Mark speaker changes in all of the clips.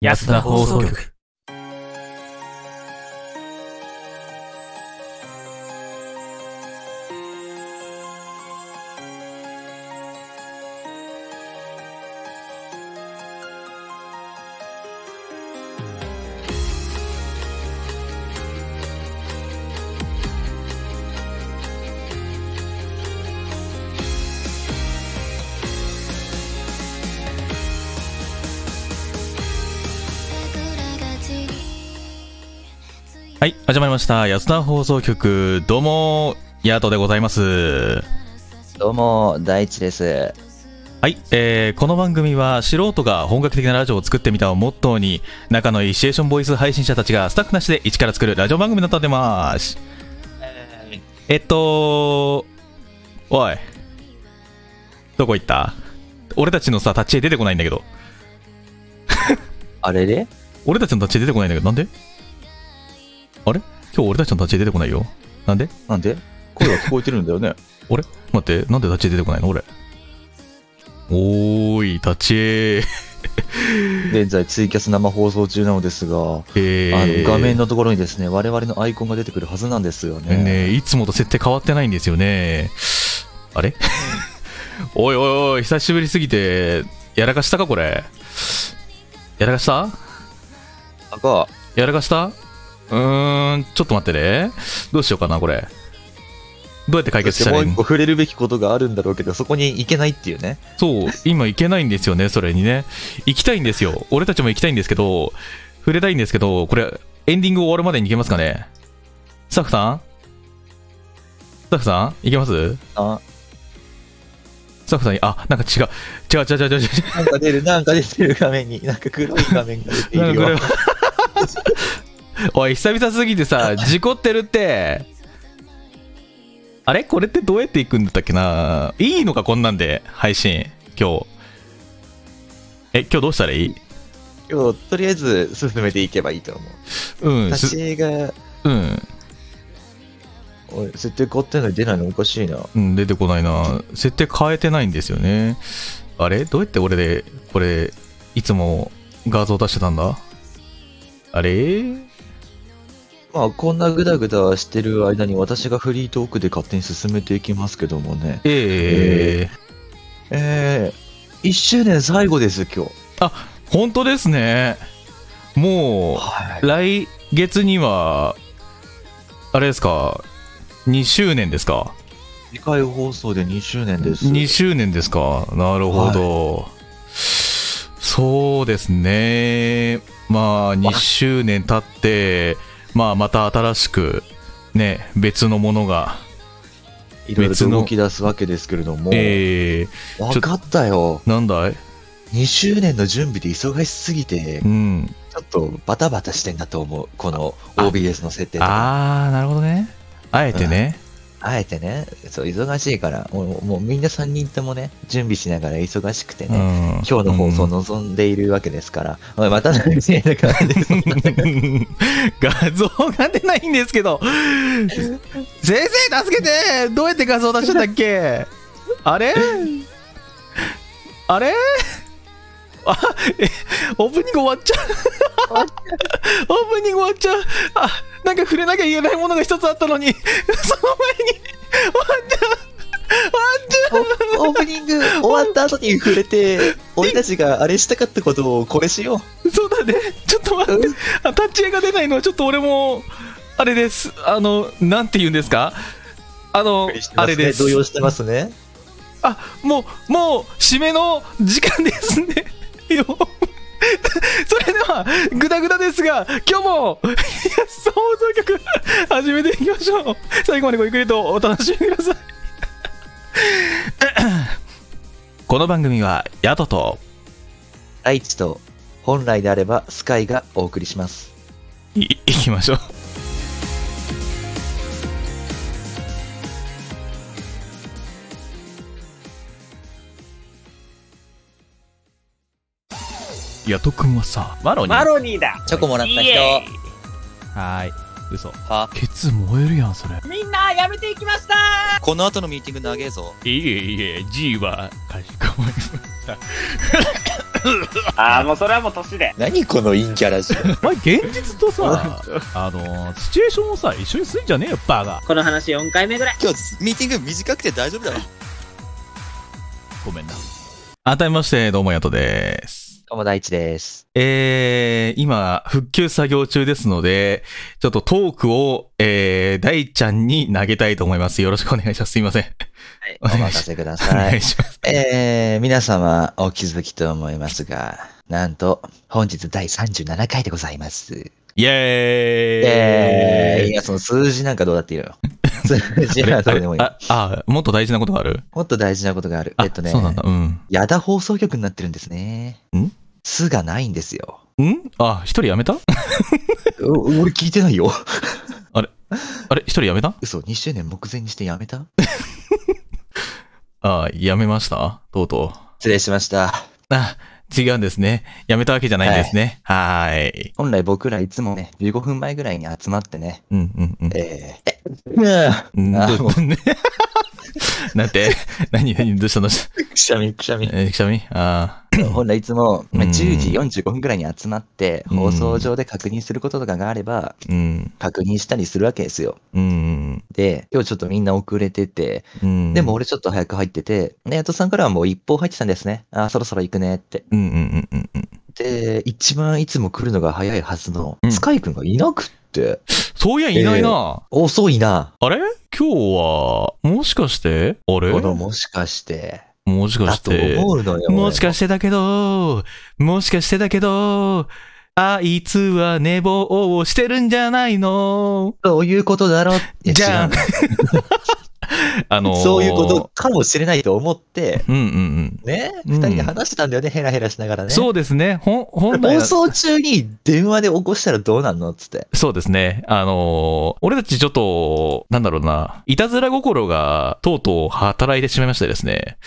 Speaker 1: 安田放送局。はい、始まりました。安田放送局、どうも、ヤートでございます。
Speaker 2: どうも、大地です。
Speaker 1: はい、えーこの番組は素人が本格的なラジオを作ってみたをモットーに、仲のいいシチュエーションボイス配信者たちがスタッフなしで一から作るラジオ番組となってます。えっと、おい、どこ行った俺たちのさ、立ち絵出てこないんだけど。
Speaker 2: あれれ
Speaker 1: 俺たちの立ち絵出てこないんだけど、なんであれ今日俺たちの立ち絵出てこないよ。なんで
Speaker 2: なんで声が聞こえてるんだよね。
Speaker 1: あれ待って、なんで立ち絵出てこないの俺。おーい、立ち絵。
Speaker 2: 現在、ツイキャス生放送中なのですが、
Speaker 1: え
Speaker 2: あ
Speaker 1: ー、
Speaker 2: の画面のところにですね、我々のアイコンが出てくるはずなんですよね。
Speaker 1: ねえいつもと設定変わってないんですよね。あれ おいおいおい、久しぶりすぎて、やらかしたかこれ。やらかした
Speaker 2: あが、
Speaker 1: やらかしたうーん、ちょっと待ってね。どうしようかな、これ。どうやって解
Speaker 2: そ
Speaker 1: 決
Speaker 2: し
Speaker 1: した
Speaker 2: て
Speaker 1: ら
Speaker 2: も
Speaker 1: いうい
Speaker 2: 一
Speaker 1: の
Speaker 2: 個触れるべきことがあるんだろうけど、そこに行けないっていうね。
Speaker 1: そう、今行けないんですよね、それにね。行きたいんですよ。俺たちも行きたいんですけど、触れたいんですけど、これ、エンディング終わるまでに行けますかねスタッフさんスタッフさん行けます
Speaker 2: あ、
Speaker 1: スタッフさんに、あ、なんか違う。違う違う違う違う違う。
Speaker 2: なんか出る、なんか出てる画面に、なんか黒い画面が出てい
Speaker 1: なん
Speaker 2: る
Speaker 1: かこれは
Speaker 2: よ。
Speaker 1: おい久々すぎてさ事故ってるってあれこれってどうやっていくんだったっけないいのかこんなんで配信今日え今日どうしたらいい
Speaker 2: 今日、とりあえず進めていけばいいと思う。
Speaker 1: うん
Speaker 2: 立ち
Speaker 1: す
Speaker 2: 絵が、
Speaker 1: うん、
Speaker 2: おい設定買ってんのに出ないのおかしいな。
Speaker 1: うん、出てこないな設定変えてないんですよねあれどうやって俺でこれいつも画像出してたんだあれ
Speaker 2: まあ、こんなグダグダしてる間に私がフリートークで勝手に進めていきますけどもね。
Speaker 1: ええ
Speaker 2: えー、1周年最後です、今日。
Speaker 1: 本当ですねもう
Speaker 2: は
Speaker 1: 来月にはあれですか2周年ですか
Speaker 2: い。次回放送で2周年です。
Speaker 1: 2周年ですかなるほど、そうですねまあ2周年経ってまあまた新しくね別のものが
Speaker 2: いろいろ
Speaker 1: 別
Speaker 2: と
Speaker 1: の
Speaker 2: 動き出すわけですけれども。
Speaker 1: えー、
Speaker 2: わかったよ。
Speaker 1: なんだい
Speaker 2: 2周年の準備で忙しすぎて
Speaker 1: う、ん
Speaker 2: ちょっとバタバタしてんだと思う。この OBS の設定とか。
Speaker 1: ああなるほどねあえてね、
Speaker 2: あえてね、そう、忙しいから、もうもうみんな3人ともね、準備しながら忙しくて
Speaker 1: う
Speaker 2: ね。
Speaker 1: ん、
Speaker 2: 今日の放送望んでいるわけですから、おいまた何してるかです。
Speaker 1: 画像が出ないんですけど先生助けてどうやって画像出したんだっけあれあれあえオープニング終わっちゃうオープニング終わっちゃうあなんか触れなきゃ言えないものが一つあったのにその前に終わっちゃう
Speaker 2: オープニング終わった後に触れて、俺たちがあれしたかったことをこれしよ
Speaker 1: そうだね。ちょっと待って。あ立ち絵が出ないのは、ちょっと俺も、あれです。あの、なんて言うんですかあの
Speaker 2: う。、
Speaker 1: あれです
Speaker 2: 動。揺してますね。
Speaker 1: あ、もう、もう、締めの時間ですね。 よそれでは、ぐだぐだですが、今日も、いや想像曲、始めていきましょう。最後までごゆっくりとお楽しみください。この番組は、ヤトと、
Speaker 2: 愛知と、本来であればスカイがお送りします。
Speaker 1: い、いきましょう。ヤト君はさ、マロに。
Speaker 3: マロニーだ
Speaker 2: チョコもらった人
Speaker 3: イエ
Speaker 1: はーい。嘘。
Speaker 2: は
Speaker 1: ケツ燃えるやん、それ。
Speaker 3: ーイみんなやめていきました
Speaker 2: この後のミーティング長えぞ。
Speaker 1: いえいえ、G は、かしこまりました。
Speaker 3: ああ、もうそれはもう年で。
Speaker 2: 何この陰キャラじゃん。
Speaker 4: 前現実とさ、 あのシチュエーションをさ、一緒にすんじゃねえよ、バカ。
Speaker 3: この話4回目ぐらい。
Speaker 2: 今日、ミーティング短くて大丈夫だろ。
Speaker 4: ごめんな。
Speaker 1: 改めまして、どうもやとです。
Speaker 2: 友大地です。
Speaker 1: えー、今、復旧作業中ですので、ちょっとトークを、えー、大ちゃんに投げたいと思います。よろしくお願いします。すいません。
Speaker 3: い
Speaker 1: お
Speaker 2: お
Speaker 1: 願い
Speaker 2: 任
Speaker 1: し
Speaker 2: せくだ
Speaker 1: ます。お
Speaker 2: さ
Speaker 1: 願
Speaker 2: い
Speaker 1: い。します。
Speaker 2: えー、皆様お気づきと思いますが、なんと、本日第37回でございます。
Speaker 1: イェ
Speaker 2: え
Speaker 1: ー
Speaker 2: ー、
Speaker 1: イ
Speaker 2: いや、その数字なんかどうだっていうの 数字はどうでもいい。
Speaker 1: あ、あ、もっと大事なことがある
Speaker 2: もっと大事なことがある。
Speaker 1: あ、
Speaker 2: えっとね
Speaker 1: そ、うなんだ。うん。
Speaker 2: 矢田放送局になってるんですね。
Speaker 1: ん
Speaker 2: 数がないんですよ。
Speaker 1: んあ、一人辞めた
Speaker 2: お俺聞いてないよ。
Speaker 1: あれ一人辞めた
Speaker 2: 嘘、2周年目前にしてやめた
Speaker 1: あ、辞めましたとうと
Speaker 2: 失礼しました。
Speaker 1: う。あ、違うんですね。辞めたわけじゃないんですね。はーい。い
Speaker 2: 本来僕らいつもね、15分前ぐらいに集まってね、
Speaker 1: うんうんうん。
Speaker 2: えー、え、
Speaker 1: うん
Speaker 2: あ
Speaker 1: ど
Speaker 2: も
Speaker 1: ね なんて、何、何、どう したのどうした
Speaker 2: くしゃみくしゃみ。
Speaker 1: えーくしゃみああ。
Speaker 2: 本来いつも、まあ、
Speaker 1: うん
Speaker 2: 10時45分ぐらいに集まって、
Speaker 1: うん
Speaker 2: 放送上で確認することとかがあれば、
Speaker 1: うん。
Speaker 2: 確認したりするわけですよ。
Speaker 1: うん。
Speaker 2: で、今日ちょっとみんな遅れてて、
Speaker 1: うん。
Speaker 2: でも、俺ちょっと早く入ってて、ね、やとさんからはもう一方入ってたんですね。あー、そろそろ行くねって。
Speaker 1: うんうんうんうんうん。
Speaker 2: で、一番いつも来るのが早いはずの、
Speaker 1: うん
Speaker 2: スカイ君がいなくって、
Speaker 1: そういや、いないな。
Speaker 2: 遅いな。
Speaker 1: あれ今日は、もしかしてあれ
Speaker 2: このもしかして、
Speaker 1: もしか
Speaker 2: だ
Speaker 1: し
Speaker 2: と
Speaker 1: て。
Speaker 2: 思うのよ。
Speaker 1: もしかしてだけど、もしかしてだけど、あいつは寝坊をしてるんじゃないの
Speaker 2: そういうことだろいや
Speaker 1: じゃん
Speaker 2: 違う
Speaker 1: あのー
Speaker 2: そういうこと。かもしれないと思って、
Speaker 1: うんうん
Speaker 2: ね、
Speaker 1: うん
Speaker 2: 二人で話してたんだよね、ヘラヘラしながら
Speaker 1: うん。
Speaker 2: ね。
Speaker 1: そうですね。ほん、本来
Speaker 2: 放
Speaker 1: は
Speaker 2: 送中に電話で起こしたらどうなんのっつって。
Speaker 1: そうですね。あのー俺たちちょっと、なんだろうな、いたずら心がとうとう働いてしまいましてですね。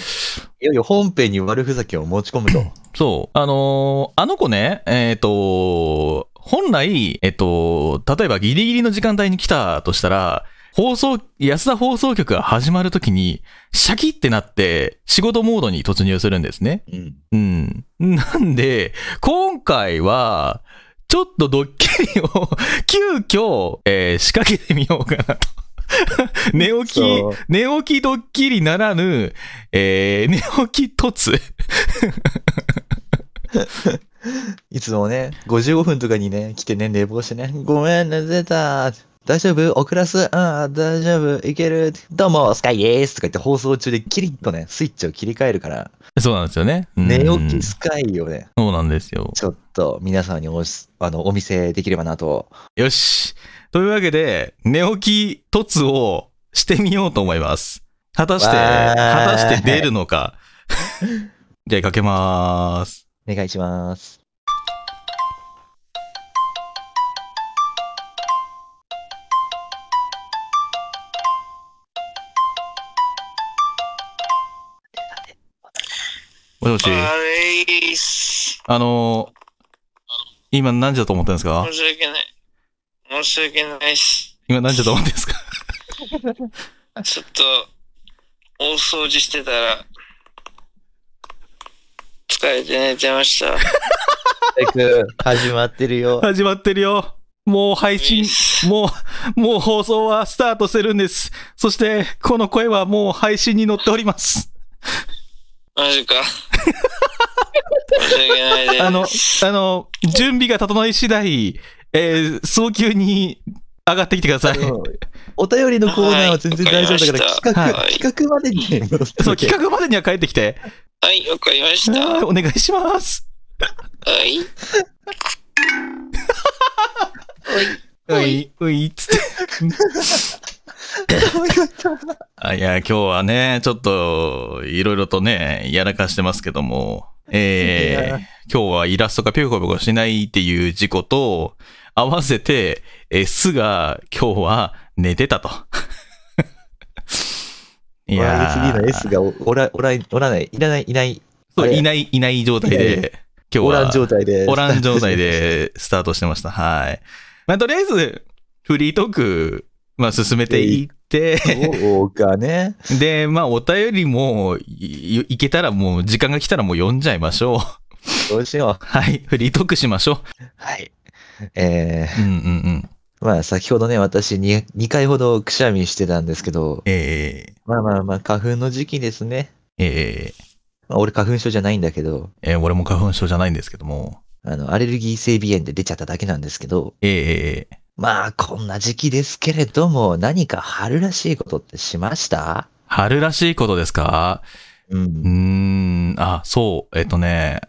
Speaker 2: いよいよ本編に悪ふざけを持ち込 むと。
Speaker 1: そう。あのーあの子ね、えっ、と本来、えっ、と例えばギリギリの時間帯に来たとしたら、放送、安田放送局が始まるときに、シャキってなって、仕事モードに突入するんですね。
Speaker 2: うん。
Speaker 1: うん。なんで、今回は、ちょっとドッキリを急遽、えー仕掛けてみようかなと。 寝起き
Speaker 2: そう、
Speaker 1: 寝起きドッキリならぬ、えー寝起き突。
Speaker 2: いつもね、55分とかにね、来てね、寝坊してね、ごめん、寝てた。大丈夫遅らすああ、大丈夫いけるどうも、スカイですとか言って放送中でキリッとね、スイッチを切り替えるから、
Speaker 1: そうなんですよね。うん
Speaker 2: 寝起きスカイをね、
Speaker 1: そうなんですよ。
Speaker 2: ちょっと皆さんにおしあのお見せできればなと。
Speaker 1: よし。というわけで、寝起き突をしてみようと思います。果たして、
Speaker 2: わ
Speaker 1: 果
Speaker 2: ー
Speaker 1: たして出るのか。 じゃあ、かけまーす。
Speaker 2: お願いします。
Speaker 1: もしもし。
Speaker 5: はいっす。
Speaker 1: あのー今何時だと思ってるんですか
Speaker 5: 申し訳ない。申し訳ないっす。
Speaker 1: 今何時だと思ってるんですか
Speaker 5: ちょっと、大掃除してたら、疲れて寝てました。
Speaker 2: スカイ君、始まってる よ。
Speaker 1: 始まってるよ。もう配信
Speaker 5: うっ、す
Speaker 1: もう、もう放送はスタートしてるんです。そして、この声はもう配信に載っております。
Speaker 5: マジか。申し訳ないです。
Speaker 1: あの、あの、準備が整い次第、えー早急に上がってきてください。
Speaker 2: お便りのコーナーは全然大丈夫だか
Speaker 5: は
Speaker 2: ら、
Speaker 5: い
Speaker 2: 企画、
Speaker 5: わかりました
Speaker 2: 企画までに戻して
Speaker 1: そう、
Speaker 2: おけ
Speaker 1: 企画までには帰ってきて。
Speaker 5: はい、わかりました。
Speaker 1: あ
Speaker 5: は
Speaker 1: ーお願いします。
Speaker 5: い。
Speaker 1: うい、うい、つって。あいや、今日はね、ちょっと、いろいろとね、やらかしてますけども、
Speaker 2: い
Speaker 1: え
Speaker 2: や
Speaker 1: ー、今日はイラストがピョコピョコしないっていう事故と、合わせて、えー、すが、今日は寝てたと。 いや
Speaker 2: YSD の S がおおら、おら、おらない、いらない、いない、
Speaker 1: そう
Speaker 2: あれ
Speaker 1: いない、いない状態で、今日は。
Speaker 2: おらん状態で。
Speaker 1: オラン状態でスタートしてました。はい。まあ、とりあえず、フリートーク、まあ、進めていって、
Speaker 2: そうかね。
Speaker 1: で、まあ、お便りもい、いいけたらもう、時間が来たらもう読んじゃいましょう。
Speaker 2: どうしよ
Speaker 1: はい、フリートークしましょ
Speaker 2: う。はい。え
Speaker 1: う。うんうんうん。
Speaker 2: ー、まあ先ほどね、私に2回ほどくしゃみしてたんですけど、
Speaker 1: えー、
Speaker 2: まあまあまあ、花粉の時期ですね。
Speaker 1: えー、
Speaker 2: まあ、俺花粉症じゃないんだけど、
Speaker 1: えー、俺も花粉症じゃないんですけども、
Speaker 2: あの、アレルギー性鼻炎で出ちゃっただけなんですけど、
Speaker 1: えー、
Speaker 2: まあこんな時期ですけれども、何か春らしいことってしました
Speaker 1: 春らしいことですか
Speaker 2: う
Speaker 1: うーん、
Speaker 2: ん。
Speaker 1: あ、そう、えっ、とね、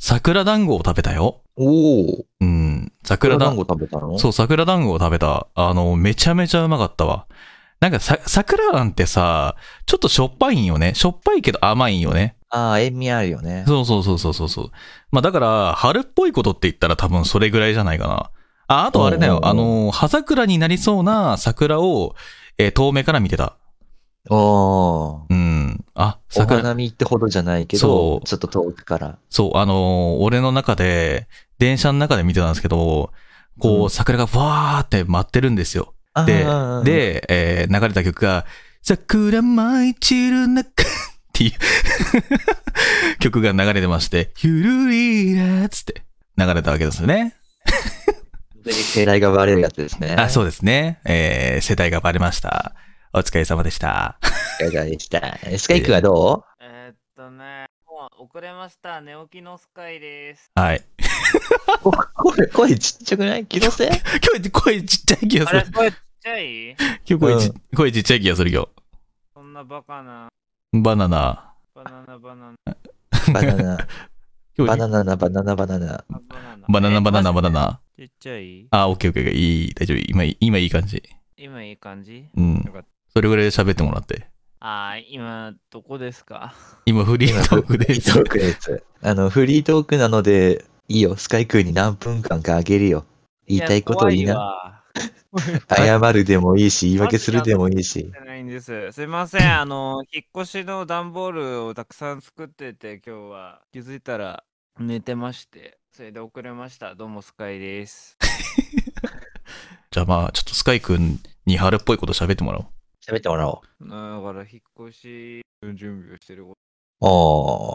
Speaker 1: 桜団子を食べたよ。
Speaker 2: おお。
Speaker 1: うん、桜
Speaker 2: 桜
Speaker 1: 団
Speaker 2: 団
Speaker 1: 子
Speaker 2: 子食べたの
Speaker 1: そう、桜団子を食べた。あの、めちゃめちゃうまかったわ。なんかさ、桜なんてさ、ちょっとしょっぱいんよね。しょっぱいけど甘いんよね。
Speaker 2: ああ、塩味あるよね。
Speaker 1: そうそうそうそうそうそう。まあだから、春っぽいことって言ったら多分それぐらいじゃないかな。あ、あとあれだ
Speaker 2: お
Speaker 1: よ。
Speaker 2: うおうおう
Speaker 1: あの、葉桜になりそうな桜を、えー遠目から見てた。
Speaker 2: おー。
Speaker 1: うん。あ、
Speaker 2: お
Speaker 1: 桜、
Speaker 2: 花見ってほどじゃないけ
Speaker 1: そ
Speaker 2: ど
Speaker 1: う、
Speaker 2: ちょっと遠くから。
Speaker 1: そう、あのー俺の中で、電車の中で見てたんですけど、こ
Speaker 2: う
Speaker 1: う、
Speaker 2: ん
Speaker 1: 桜がわーって舞ってるんですよ。
Speaker 2: あ
Speaker 1: で
Speaker 2: ー、
Speaker 1: で、えー流れた曲が、桜舞い散る中 っていう曲が流れてまして、ゆるりらーつって流れたわけですよね。
Speaker 2: 本当に世代がバレるやつですね。。
Speaker 1: あ、そううですね。えー世代がバレました。お疲れ様でした。
Speaker 2: 世代でした。スカイ君はど
Speaker 6: えーっとね、もう遅れました。寝起きのスカイです。
Speaker 1: はい。
Speaker 2: うこ声、声ちっちゃくない気の せい
Speaker 1: 今日声ちっちゃい気が
Speaker 6: あ
Speaker 1: す
Speaker 6: れ、
Speaker 1: る。
Speaker 6: 声ちっちゃい
Speaker 1: 今日声ち,、声ちっちゃい気がするよ。
Speaker 6: そんなバカな。
Speaker 1: バナナ。
Speaker 6: バナナバナナ
Speaker 2: バナナ、
Speaker 1: 今日
Speaker 2: バナナ、バナナ、バナナ。
Speaker 6: バナナ。
Speaker 1: バナナバナナバナ
Speaker 6: ナ。
Speaker 1: ナ。
Speaker 6: ちっちゃい
Speaker 1: あ、オッケーオッケーオッケー。いい、大丈夫。今いい、今いい感じ。
Speaker 6: 今いい感じ
Speaker 1: うん
Speaker 6: よかっ。
Speaker 1: それぐらいで喋ってもらって。
Speaker 6: あー、今どこですか
Speaker 1: 今フリートークで
Speaker 2: フリ
Speaker 1: す
Speaker 2: ー。トークです。あの、フリートークなので、いいよ。スカイ君に何分間かあげるよ。言いたいことを言いな。
Speaker 6: な。
Speaker 2: 謝るでもいいし、言い訳するでもいいし
Speaker 6: じ。ゃないんです。すいません。あの、引っ越しの段ボールをたくさん作ってて、今日は気づいたら寝てまして、それで遅れました。どうもスカイです。
Speaker 1: じゃあまあ、ちょっとスカイくんに春っぽいこと喋ってもらおう。
Speaker 2: 喋ってもらお
Speaker 6: だから引っ越しの準備をしてるこ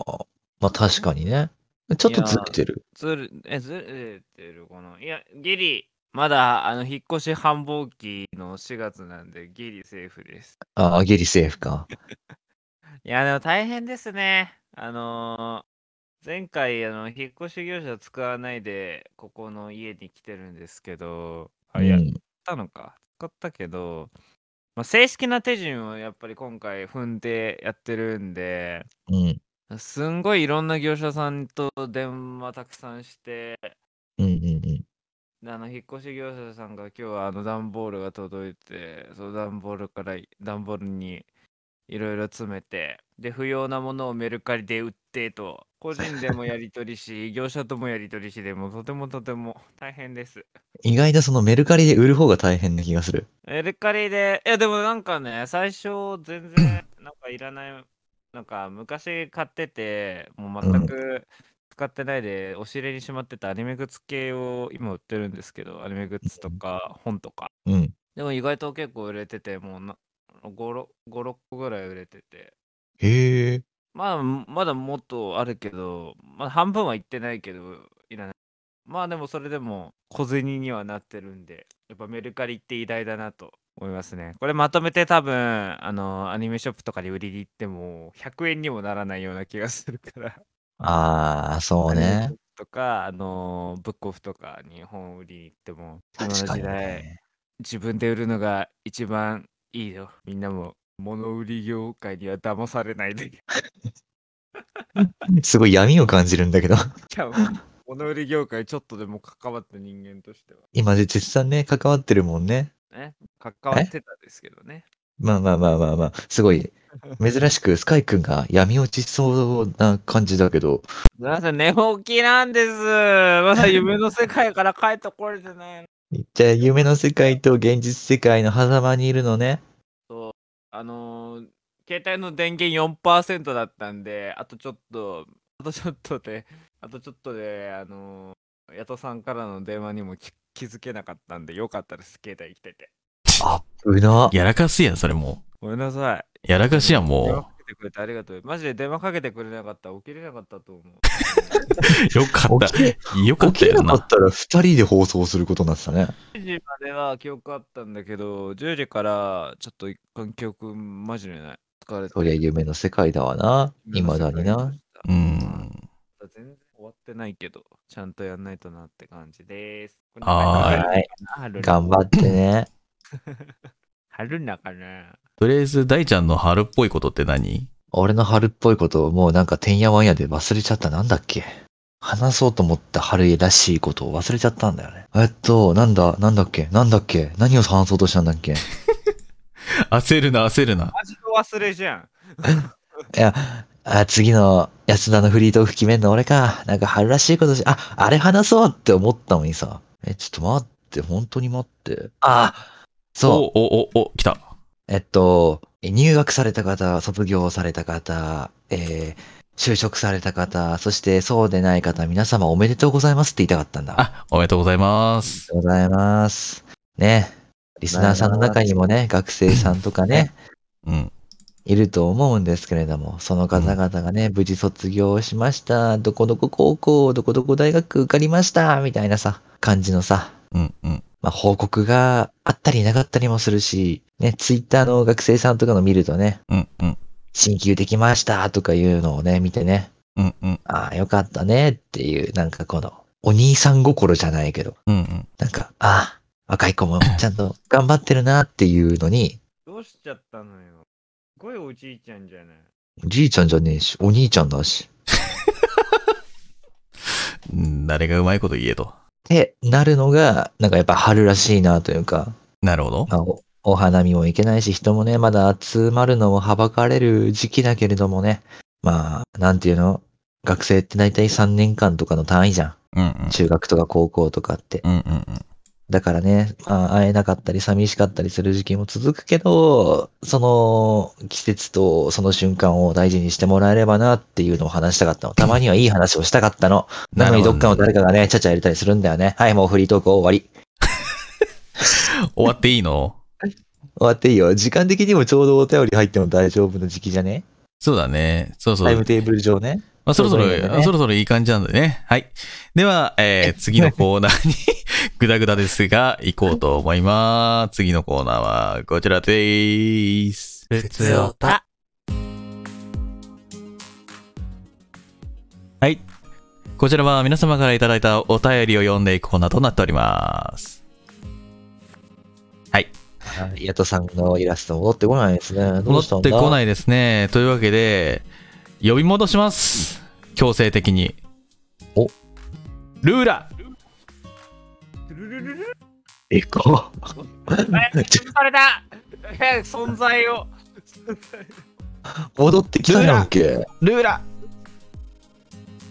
Speaker 2: う。ああ。まあ確かにね。ちょっとずれてる。
Speaker 6: と。ずる、え、ずれてるかないや、ギリ、まだあの引っ越し繁忙期の4月なんでギリセーフです。
Speaker 2: ああ、ギリセーフか。
Speaker 6: いや、でも大変ですね。あのー前回あの引っ越し業者使わないでここの家に来てるんですけど、あいや、
Speaker 2: う
Speaker 6: 使っ
Speaker 2: ん
Speaker 6: たのか。使ったけど、まあ、正式な手順をやっぱり今回踏んでやってるんで、
Speaker 2: うん。
Speaker 6: すんごいいろんな業者さんと電話たくさんして、
Speaker 2: うんうんうん。
Speaker 6: あの引っ越し業者さんが今日はあの段ボールが届いて、その段ボールからい段ボールにいろいろ詰めて、で、不要なものをメルカリで売ってと、個人でもやり取りし、業者ともやり取りし、でもとてもとても大変です。
Speaker 2: 意外とそのメルカリで売る方が大変な気がする。
Speaker 6: メルカリで、いやでもなんかね、最初全然なんかいらない、なんか昔買ってて、もう全く使ってないで、押し入れにしまってたアニメグッズ系を今売ってるんですけど、アニメグッズとか本とか。
Speaker 2: うん。
Speaker 6: でも意外と結構売れてて、もうな5、6個ぐらい売れてて。
Speaker 2: へえ。
Speaker 6: まあ、まだもっとあるけど、まあ半分はいってないけど、いらない。まあでもそれでも小銭にはなってるんで、やっぱメルカリって偉大だなと思いますね。これまとめて多分、あの、アニメショップとかに売りに行っても、100円にもならないような気がするから。
Speaker 2: ああ、そう
Speaker 6: アニメシ
Speaker 2: ね
Speaker 6: ョッ。プとか、あの、ブックオフとかに本を売りに行っても、今の
Speaker 2: 確か
Speaker 6: 時
Speaker 2: に、
Speaker 6: 代、
Speaker 2: ね。
Speaker 6: 自分で売るのが一番いいよ。みんなも物売り業界には騙されないで。い
Speaker 2: すごい闇を感じるんだけど。
Speaker 6: や もう物売り業界ちょっとでも関わった人間としては。
Speaker 2: 今で実際ね、関わってるもんね。
Speaker 6: 関わってたんですけどね。
Speaker 2: まあまあまあまあまあ、すごい。珍しくスカイ君が闇落ちしそうな感じだけど、
Speaker 6: 皆さん寝起きなんです。まだ夢の世界から帰ってこれてないの。
Speaker 2: じゃあ夢の世界と現実世界の狭間にいるのね。
Speaker 6: あのー携帯の電源4%だったんで、あとちょっと、あとちょっとで、あとちょっとで、あのー、ヤトさんからの電話にも気気づけなかったんで、よかったです、携帯来てて。
Speaker 2: うな。
Speaker 1: やらかすやん、それも
Speaker 6: ごめんなさい。
Speaker 1: う。やらかしやん、
Speaker 6: いや
Speaker 1: も
Speaker 6: けてくれてありがとう。マジで電話かけてくれなかったら起きれなかったと思う。
Speaker 1: よかった。よかっ
Speaker 2: 起
Speaker 1: た
Speaker 2: きれ
Speaker 1: よ
Speaker 2: なか
Speaker 1: な
Speaker 2: っ。たら二人で放送することになってたね。
Speaker 6: 10時までは記憶あったんだけど、10時からちょっと一貫記憶マジでない。疲れて
Speaker 2: そりゃ夢の世界だわな。未だにな。。
Speaker 1: うん。
Speaker 6: まだ全然終わってないけど、ちゃんとやんないとなって感じです。
Speaker 1: は
Speaker 2: はい。
Speaker 6: 春な
Speaker 2: 頑張ってね。
Speaker 6: 春なかな
Speaker 1: とりあえず、大ちゃんの春っぽいことって何
Speaker 2: 俺の春っぽいことをもうなんかてんやわんやで忘れちゃった。なんだっけ話そうと思った春らしいことを忘れちゃったんだよね。えっと、なんだ、なんだっけなんだっけ何を話そうとしたんだっけい
Speaker 1: 焦るな、焦るな。
Speaker 6: マジの忘れじゃん。
Speaker 2: や、あ次の安田のフリートーク決めんの俺か。なんか春らしいことし、あ、あれ話そうって思ったのにさ。え、ちょっと待って、本当に待って。あそう。
Speaker 1: お、お、お、お、来た。
Speaker 2: えっと、え入学された方、卒業された方、えー就職された方、そしてそうでない方、皆様おめでとうございますって言いたかったんだ。ありが
Speaker 1: あ、おめでとうございます。
Speaker 2: とうございます。ね。リスナーさんの中にもね、学生さんとかね、
Speaker 1: うん。
Speaker 2: いると思うんですけれども、その方々がね、無事卒業しました、どこどこ高校、どこどこ大学受かりました、みたいなさ、感じのさ、
Speaker 1: うん、うん。
Speaker 2: まあ、報告があったりなかったりもするし、ね、ツイッターの学生さんとかの見るとね、
Speaker 1: うん、うん。
Speaker 2: 進級できましたとかいうのをね、見てね、
Speaker 1: うん、うん。
Speaker 2: ああ、よかったねっていう、なんかこの、お兄さん心じゃないけど、
Speaker 1: うん、うん。
Speaker 2: なんか、ああ、若い子もちゃんと頑張ってるなっていうのに、
Speaker 6: どうしちゃったのよ。すごいおじいちゃんじゃない。
Speaker 2: じいちゃんじゃねえし、お兄ちゃんだし、
Speaker 1: うん誰がうまいこと言えと。
Speaker 2: ってなるのが、なんかやっぱ春らしいなというか、
Speaker 1: なるほど。
Speaker 2: まあ、おお花見も行けないし、人もね、まだ集まるのもはばかれる時期だけれどもね、まあ、なんていうの、学生って大体3年間とかの単位じゃ
Speaker 1: うん、うん
Speaker 2: ん。。中学とか高校とかって。
Speaker 1: うん、うん、うん。
Speaker 2: だからね、まあ、会えなかったり寂しかったりする時期も続くけど、その季節とその瞬間を大事にしてもらえればなっていうのを話したかったの。たまにはいい話をしたかったの。なのにどっかの誰かがね、ちゃちゃ入れたりするんだよね。はい、もうフリートーク終わり。
Speaker 1: 終わっていいの
Speaker 2: 終わっていいよ。時間的にもちょうどお便り入っても大丈夫な時期じゃね
Speaker 1: そうだね。そうそ
Speaker 2: タイ
Speaker 1: う
Speaker 2: ム。テーブル上ね。
Speaker 1: まあ、そろそろ、
Speaker 2: ちょうどいいんだね
Speaker 1: そろそろいい感じなんでね。はい。では、 えー次のコーナーに、 ぐだぐだですが、行こうと思います。次のコーナーは、こちらです。
Speaker 6: つおた。
Speaker 1: はい。こちらは皆様からいただいたお便りを読んでいくコーナーとなっております。
Speaker 2: ヤトさんのイラスト戻ってこないですね。ど
Speaker 1: 戻
Speaker 2: うした
Speaker 1: っ
Speaker 2: んだ
Speaker 1: てこ
Speaker 2: い。
Speaker 1: ないですね。というわけで、呼び戻します。強制的に。
Speaker 2: お
Speaker 1: ルーラ
Speaker 6: ルルルルル
Speaker 2: え、こう。
Speaker 6: あ潰されたえ存在を存在を
Speaker 2: 戻ってきたやんけ。
Speaker 1: ルーラ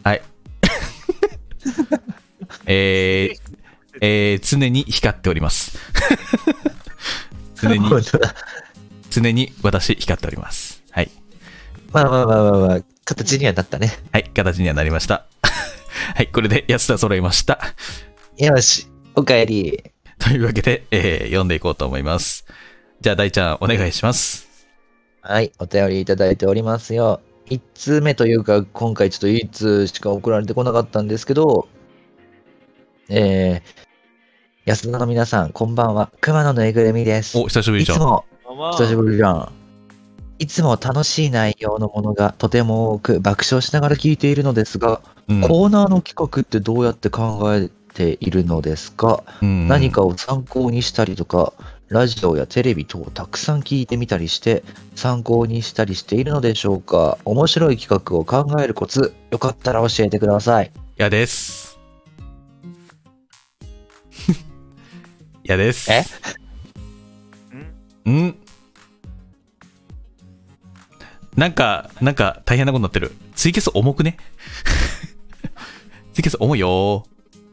Speaker 1: はい。えー、えー常に光っております。 常に、
Speaker 2: 本当だ
Speaker 1: 常に私光っております。はい。
Speaker 2: まあまあまあまあまあ、形にはなったね。
Speaker 1: はい、形にはなりました。 はい、これで安田揃いました。
Speaker 2: よし、おかえり。
Speaker 1: というわけで、えー読んでいこうと思います。じゃあ、大ちゃん、お願いします。
Speaker 2: はい、お便りいただいておりますよ。1通目というか、今回ちょっと1通しか送られてこなかったんですけど、えー、安田の皆さん、こんばんは。熊野のえぐるみです。
Speaker 1: お、久しぶり
Speaker 2: い
Speaker 1: じゃ
Speaker 2: つ
Speaker 1: ん。
Speaker 2: も、
Speaker 6: まあ
Speaker 2: 久しぶりじゃん。いつも楽しい内容のものがとても多く爆笑しながら聞いているのですが、
Speaker 1: うん
Speaker 2: コーナーの企画ってどうやって考えているのですか
Speaker 1: うん
Speaker 2: 何かを参考にしたりとか、ラジオやテレビ等をたくさん聞いてみたりして、参考にしたりしているのでしょうか面白い企画を考えるコツ、よかったら教えてください。
Speaker 1: 嫌です。 嫌です。
Speaker 2: え
Speaker 1: んなんか、なんか大変なことになってる。ツイキャス重くねツイキャス重いよ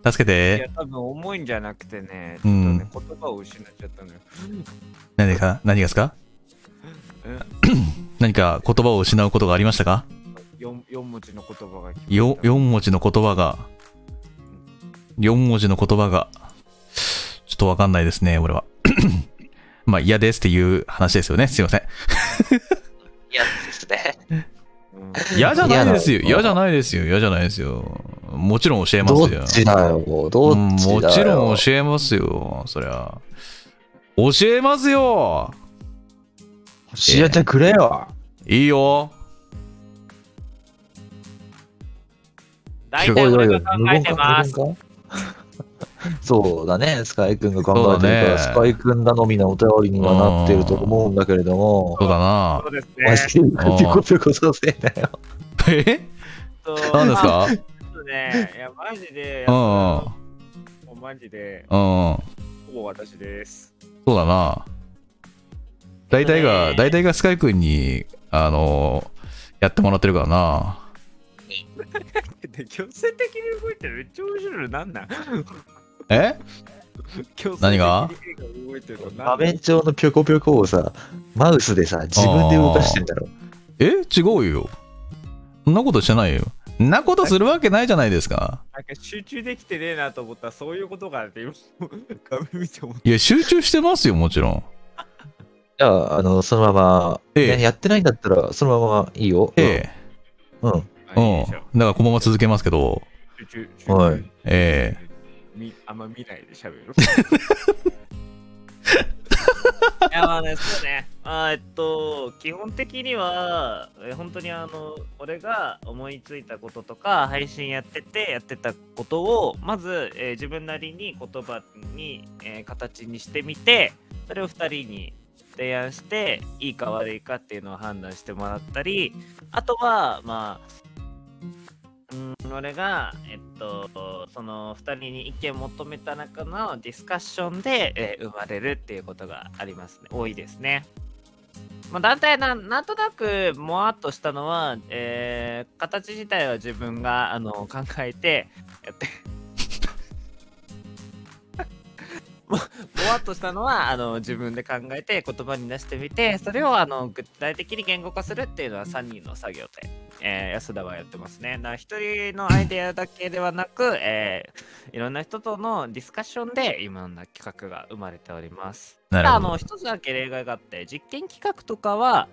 Speaker 1: ー。助け
Speaker 6: いや
Speaker 1: て。
Speaker 6: 多分重いんじゃなくてね、ち
Speaker 1: う
Speaker 6: ょっとね、
Speaker 1: ん
Speaker 6: 言葉を失っちゃったのよ。
Speaker 1: 何か、何がですか
Speaker 6: え
Speaker 1: 何か言葉を失うことがありましたか
Speaker 6: 四四文字の言葉が聞こえた
Speaker 1: よ四文字の言葉が四文字の言葉がちょっとわかんないですね俺は まあ嫌ですっていう話ですよねすいません
Speaker 2: いやですね。
Speaker 6: うん
Speaker 1: 嫌じゃないですよ。嫌
Speaker 2: 嫌なの
Speaker 1: じゃないですよ。嫌じゃないですよ。もちろん教えま
Speaker 2: ど
Speaker 1: すよ
Speaker 2: っ。ちだよ、どっ
Speaker 1: うん
Speaker 2: ちだよ。
Speaker 1: もちろん教えますよ。そりゃ。教えますよ
Speaker 2: 教えてくれよ。
Speaker 1: いいよ
Speaker 6: 大体俺が考えてます。
Speaker 2: 無言か無言かそうだね、スカイ君が考えてるから、
Speaker 1: そうだね
Speaker 2: スカイ君頼みのお便りにはなってると思うんだけれども、
Speaker 1: そうだな
Speaker 6: そうです
Speaker 2: お前、スカイ君ってことこそせえなよ。
Speaker 1: え
Speaker 6: と
Speaker 1: 何です か
Speaker 6: ちょっとね、いや、マジで、
Speaker 1: う
Speaker 6: やっ
Speaker 1: ん
Speaker 6: ぱもうマジで、
Speaker 1: うんうん。
Speaker 6: ほぼ私です。
Speaker 1: そうだな。大体
Speaker 6: ね
Speaker 1: が、
Speaker 6: え
Speaker 1: 大体がスカイ君に、あのやってもらってるからな。
Speaker 6: で、強制的に動いてるめっちゃ面白い。なんなん
Speaker 1: え
Speaker 6: 強制的に
Speaker 1: 何が
Speaker 6: 動いてるのな
Speaker 2: 画
Speaker 6: んなん
Speaker 2: 面上のぴょこぴょこをさ、マウスでさ、自分で動かしてんだろ。
Speaker 1: え違うよ。そんなことしてないよ。そんなことするわけないじゃないですか。
Speaker 6: なんか集中できてねえなと思ったら、そういうことがあって、今、 画面見て思っ
Speaker 1: いや、集中してますよ、もちろん。
Speaker 2: じゃあ、あの、そのまま、
Speaker 1: ええ
Speaker 2: ねやってないんだったら、そのままいいよ。
Speaker 1: え
Speaker 2: うん。
Speaker 6: た。
Speaker 1: え。う
Speaker 6: あい
Speaker 1: ん。
Speaker 6: いでし
Speaker 1: だ
Speaker 6: ょ
Speaker 1: から、このまま続けますけど。
Speaker 6: 集中、集
Speaker 2: は
Speaker 6: 中
Speaker 2: い。
Speaker 1: ええ。
Speaker 6: みあんま見ないで喋る。 いやまあね、そうね。まあえっと、基本的には、え本当にあの、俺が思いついたこととか、配信やってて、やってたことを、まず、えー自分なりに言葉に、えー形にしてみて、それを2人に提案して、いいか悪いかっていうのを判断してもらったり、あとは、まあ、うん、俺が、えっと、その2人に意見求めた中のディスカッションで、えー生まれるっていうことがありますね。多いですね。まあ、団体ななんとなくもわっとしたのは、えー形自体は自分があの考えてやって ももわっとしたのはあの自分で考えて言葉に出してみてそれをあの具体的に言語化するっていうのは3人の作業で、えー安田はやってますね。だから一人のアイデアだけではなく、えーいろんな人とのディスカッションで今の企画が生まれております。
Speaker 1: な
Speaker 6: ただあ
Speaker 1: るほど。
Speaker 6: の一つだけ例外があって実験企画とかは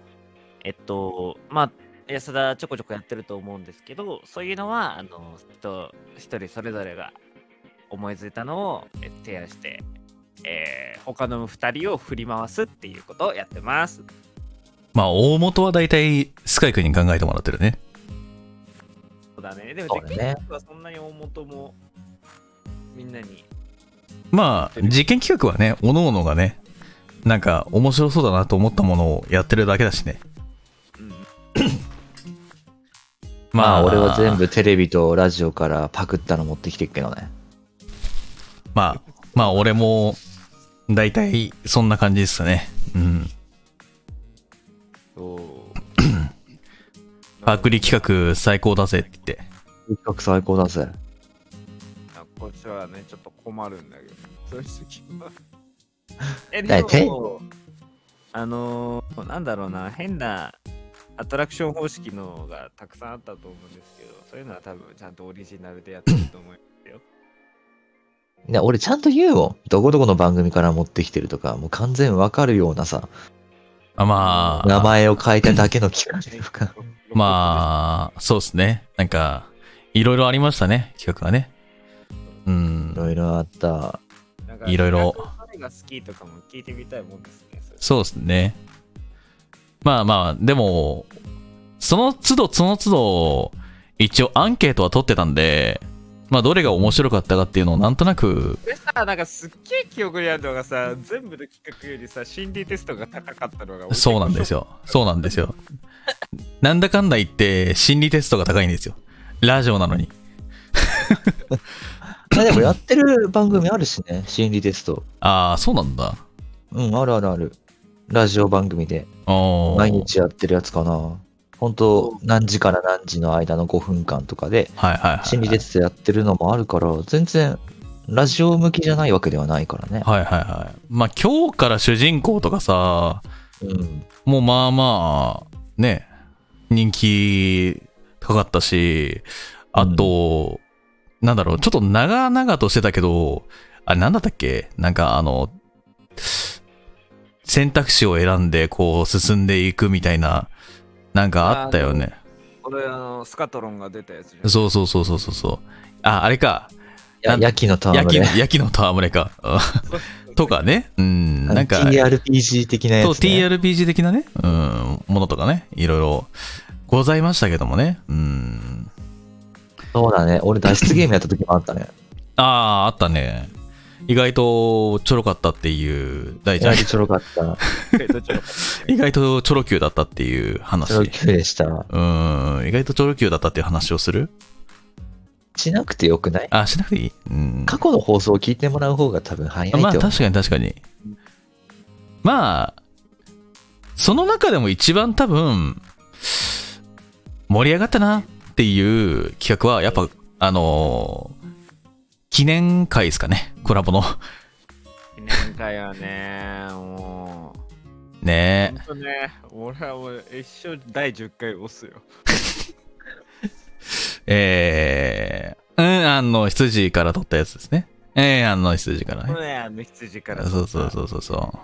Speaker 6: えっとまあ安田ちょこちょこやってると思うんですけどそういうのはあの人一人それぞれが思いついたのをえ提案して、えー他の二人を振り回すっていうことをやってます
Speaker 1: まあ、大元は大体、スカイ君に考えてもらってるね。
Speaker 6: そうだねでも
Speaker 2: そうだね
Speaker 6: 実験企画はそんなに大元もみんなに
Speaker 1: まあ、実験企画はね、各々がね、なんか、面白そうだなと思ったものをやってるだけだしね。
Speaker 6: うん
Speaker 2: まあ、俺は全部テレビとラジオからパクったの持ってきてるけどね。
Speaker 1: まあ、まあ、俺も、大体、そんな感じですね。うん。
Speaker 6: そう
Speaker 1: パクリ企画最高だぜって言って。
Speaker 2: 一画最高だぜ。
Speaker 6: あこっちはね、ちょっと困るんだけど、そういう時は。え、
Speaker 2: だ
Speaker 6: で
Speaker 2: いたい
Speaker 6: も、あのー、なんだろうな、変なアトラクション方式のがたくさんあったと思うんですけど、そういうのは多分ちゃんとオリジナルでやってると思う。
Speaker 2: ね、俺ちゃんと言うもん。どこどこの番組から持ってきてるとか、もう完全わかるようなさ、
Speaker 1: あま
Speaker 2: 名
Speaker 1: あ、
Speaker 2: 前を変えただけの企画と か。
Speaker 1: まあ、そうですね。なんか、いろいろありましたね、企画はね。う
Speaker 2: い
Speaker 1: ん。
Speaker 2: ろいろあった。
Speaker 6: なん
Speaker 1: いろいろ。
Speaker 6: 誰が好きとかも聞いてみたいもんですね。それ
Speaker 1: そうですね。まあまあ、でも、その都度その都度、一応アンケートは取ってたんで、まあ、どれが面白かったかっていうのをなんとなく、
Speaker 6: でさ、なんかすっげえ記憶にあるのがさ、全部の企画よりさ、心理テストが高かったのが。
Speaker 1: そうなんですよ。そうなんですよ。なんだかんだ言って、心理テストが高いんですよ。ラジオなのに。
Speaker 2: まあでもやってる番組あるしね、心理テスト。
Speaker 1: ああ、そうなんだ。
Speaker 2: うん、あるあるある。ラジオ番組で
Speaker 1: おー
Speaker 2: 毎日やってるやつかな。本当何時から何時の間の5分間とかで、
Speaker 1: はいはいはい。
Speaker 2: 心理テストやってるのもあるから、全然、ラジオ向きじゃないわけではないからね。
Speaker 1: はいはいはい。まあ今日から主人公とかさ、
Speaker 2: うん。
Speaker 1: もうまあまあ、ね、人気高かったし、あと、なんだろう、ちょっと長々としてたけど、あれなんだったっけなんかあの、選択肢を選んでこう進んでいくみたいな、なんかあったよね。
Speaker 6: これ、あの、スカトロンが出たやつじゃん。
Speaker 1: そうそうそうそうそうそう。あ、あれか。
Speaker 2: や
Speaker 1: なん
Speaker 2: ヤキのター
Speaker 1: ヤ
Speaker 2: ン
Speaker 1: キ
Speaker 2: で
Speaker 1: の、。ヤキの戯れか。あとかね。うん、なん か。
Speaker 2: TRPG 的なや
Speaker 1: そう、
Speaker 2: つ、ね。
Speaker 1: TRPG 的なね、うん、ものとかね、いろいろございましたけどもね。うん。
Speaker 2: そうだね。俺脱出ゲームやった時もあっ たね。
Speaker 1: ああ、あったね。意外とちょろかったっていう、大
Speaker 2: 意
Speaker 1: ちゃん
Speaker 2: 外とちょろかった。
Speaker 1: 意外とちょろ Q だったっていう
Speaker 2: ち
Speaker 1: 話。
Speaker 2: ょ
Speaker 1: う
Speaker 2: ろきゅうでした。
Speaker 1: ん、意外とちょろ Q だったっていう話をする
Speaker 2: しなくてよくない
Speaker 1: あ、しなくていいうん。
Speaker 2: 過去の放送を聞いてもらう方が多分早いと思
Speaker 1: ま
Speaker 2: う。
Speaker 1: あ、確かに確かに。まあ、その中でも一番多分、盛り上がったなっていう企画は、やっぱ、あのー記念会ですかね、コラボの。
Speaker 6: 記念会は ね、もう。
Speaker 1: ねえ
Speaker 6: ほんとね、俺はもう一生第10回押すよ。
Speaker 1: えー、うん、あの、羊から撮ったやつですね。えー、あの、羊からね。
Speaker 6: ね、あの羊から。
Speaker 1: そうそうそうそうそう。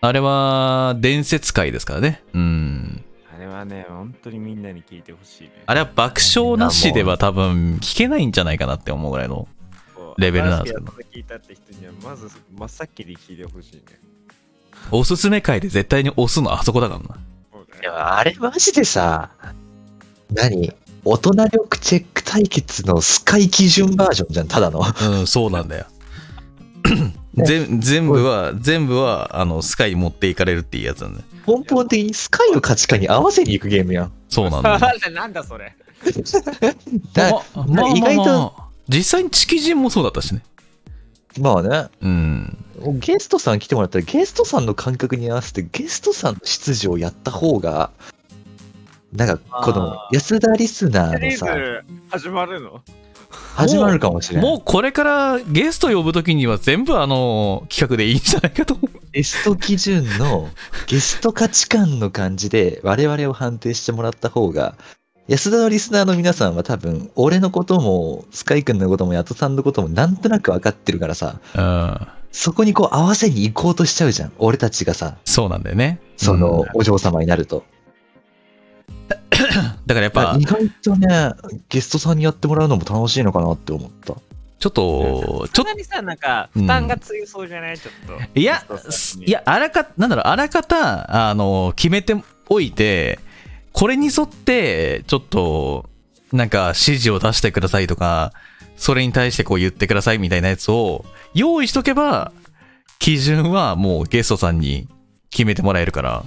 Speaker 1: あれは、伝説会ですからね。うん。
Speaker 6: あれはね、本当にみんなに聞いてほしいね。
Speaker 1: あれは爆笑なしでは多分聞けないんじゃないかなって思うぐらいの。レベルなんですけど
Speaker 6: バスケやって聞いたって人には、まず真っ先に聞いてほしいね。
Speaker 1: おすすめ回で絶対に押すのあそこだからな。
Speaker 6: そうだ
Speaker 2: いやあれマジでさ、何大人力チェック対決のスカイ基準バージョンじゃん、ただの。
Speaker 1: うん、そうなんだよ。 ぜ全部は、全部は、あの、スカイに持っていかれるっていうやつなんだよ。
Speaker 2: 根本的にスカイの価値観に合わせにいくゲームやん。
Speaker 1: そうなんだよ。
Speaker 6: ね。 なんだそれ。
Speaker 2: だ
Speaker 1: ま
Speaker 2: まあ意外と、
Speaker 1: 実際にチキジンもそうだったしね。
Speaker 2: まあね、
Speaker 1: うん。
Speaker 2: ゲストさん来てもらったら、ゲストさんの感覚に合わせて、ゲストさんの秩序をやった方が、なんか、この
Speaker 6: あ、
Speaker 2: 安田リスナ
Speaker 6: シ
Speaker 2: ーの
Speaker 6: リ
Speaker 2: さ、
Speaker 6: ーズ始まるの
Speaker 2: 始まるかもしれな
Speaker 1: も
Speaker 2: い。
Speaker 1: うこれからゲスト呼ぶときには全部あの、企画でいいんじゃないかと思う。
Speaker 2: ゲスト基準の、ゲスト価値観の感じで、我々を判定してもらった方が、安田のリスナーの皆さんは多分、俺のことも、スカイ君のことも、ヤトさんのことも、なんとなく分かってるからさ、
Speaker 1: うん。
Speaker 2: そこにこう合わせに行こうとしちゃうじゃん。俺たちがさ、
Speaker 1: そうなんだよね。
Speaker 2: そ
Speaker 1: うん
Speaker 2: の、お嬢様になると。
Speaker 1: だからやっ
Speaker 2: まあ
Speaker 1: ぱ
Speaker 2: 意、外とね、ゲストさんにやってもらうのも楽しいのかなって思った。
Speaker 1: ちょっと、ちょ
Speaker 6: そ
Speaker 1: っ
Speaker 6: んなにさ、なんか、
Speaker 1: うん
Speaker 6: 負担が強そうじゃない、ちょっと。
Speaker 1: いや
Speaker 6: ゲスト、さ
Speaker 1: す
Speaker 6: んに
Speaker 1: いや、あらか、なんだろう、あらかた、あの、決めておいて、これに沿って、ちょっと、なんか、指示を出してくださいとか、それに対してこう言ってくださいみたいなやつを用意しとけば、基準はもうゲストさんに決めてもらえるから。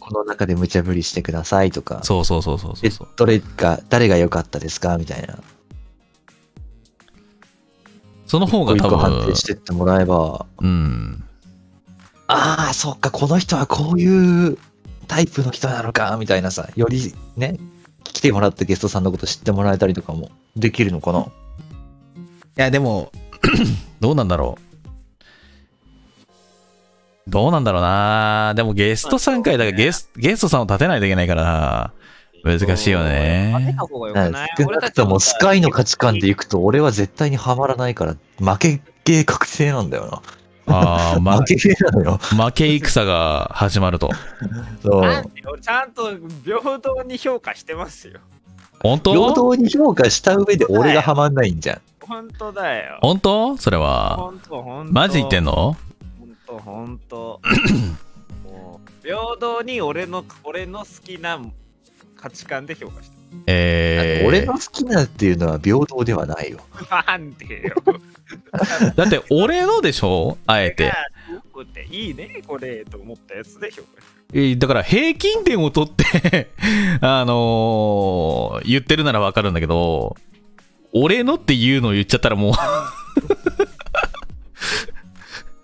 Speaker 2: この中で無茶ぶりしてくださいとか、
Speaker 1: そうそうそうそうそう
Speaker 2: で
Speaker 1: そう。
Speaker 2: どれが、誰が良かったですかみたいな。
Speaker 1: その方
Speaker 2: こ
Speaker 1: が
Speaker 2: う一
Speaker 1: 多
Speaker 2: 個判
Speaker 1: 分
Speaker 2: 定し、てってもらえば、
Speaker 1: うん。
Speaker 2: ああ、そっか、この人はこういうタイプの人なのか、みたいなさ、よりね、来てもらってゲストさんのこと知ってもらえたりとかもできるのかな。
Speaker 1: いや、でも、どうなんだろう。どうなんだろうな。でもゲスト3回だからゲスゲストさんを立てないといけないからな、難しいよね。
Speaker 6: 勝てた方がよくない
Speaker 2: 少なくともスカイの価値観でいくと、俺は絶対にはまらないから、負けゲー確定なんだよ
Speaker 1: ああ、
Speaker 2: な。
Speaker 1: ま
Speaker 2: 負けゲーなのよ。
Speaker 1: 負け戦が始まると。
Speaker 2: そう
Speaker 6: なんで俺ちゃんと平等に評価してますよ。
Speaker 1: 本
Speaker 2: 平
Speaker 1: 当
Speaker 2: 等に評価した上で俺がハマんないんじゃん。
Speaker 6: 本当だよ。
Speaker 1: 本当それは。
Speaker 6: 本当本当。
Speaker 1: マジ言ってんの
Speaker 6: 本当本当。もう平等に俺の俺の好きな価値観で評価してる。
Speaker 1: えー、
Speaker 2: 俺の好きなっていうのは平等ではないよ。
Speaker 6: なんでよ。
Speaker 1: だって俺のでしょあえて。
Speaker 6: こっていいねこれと思ったやつで評価して
Speaker 1: えーだから平均点を取ってあのー言ってるならわかるんだけど俺のっていうのを言っちゃったらもう
Speaker 6: る。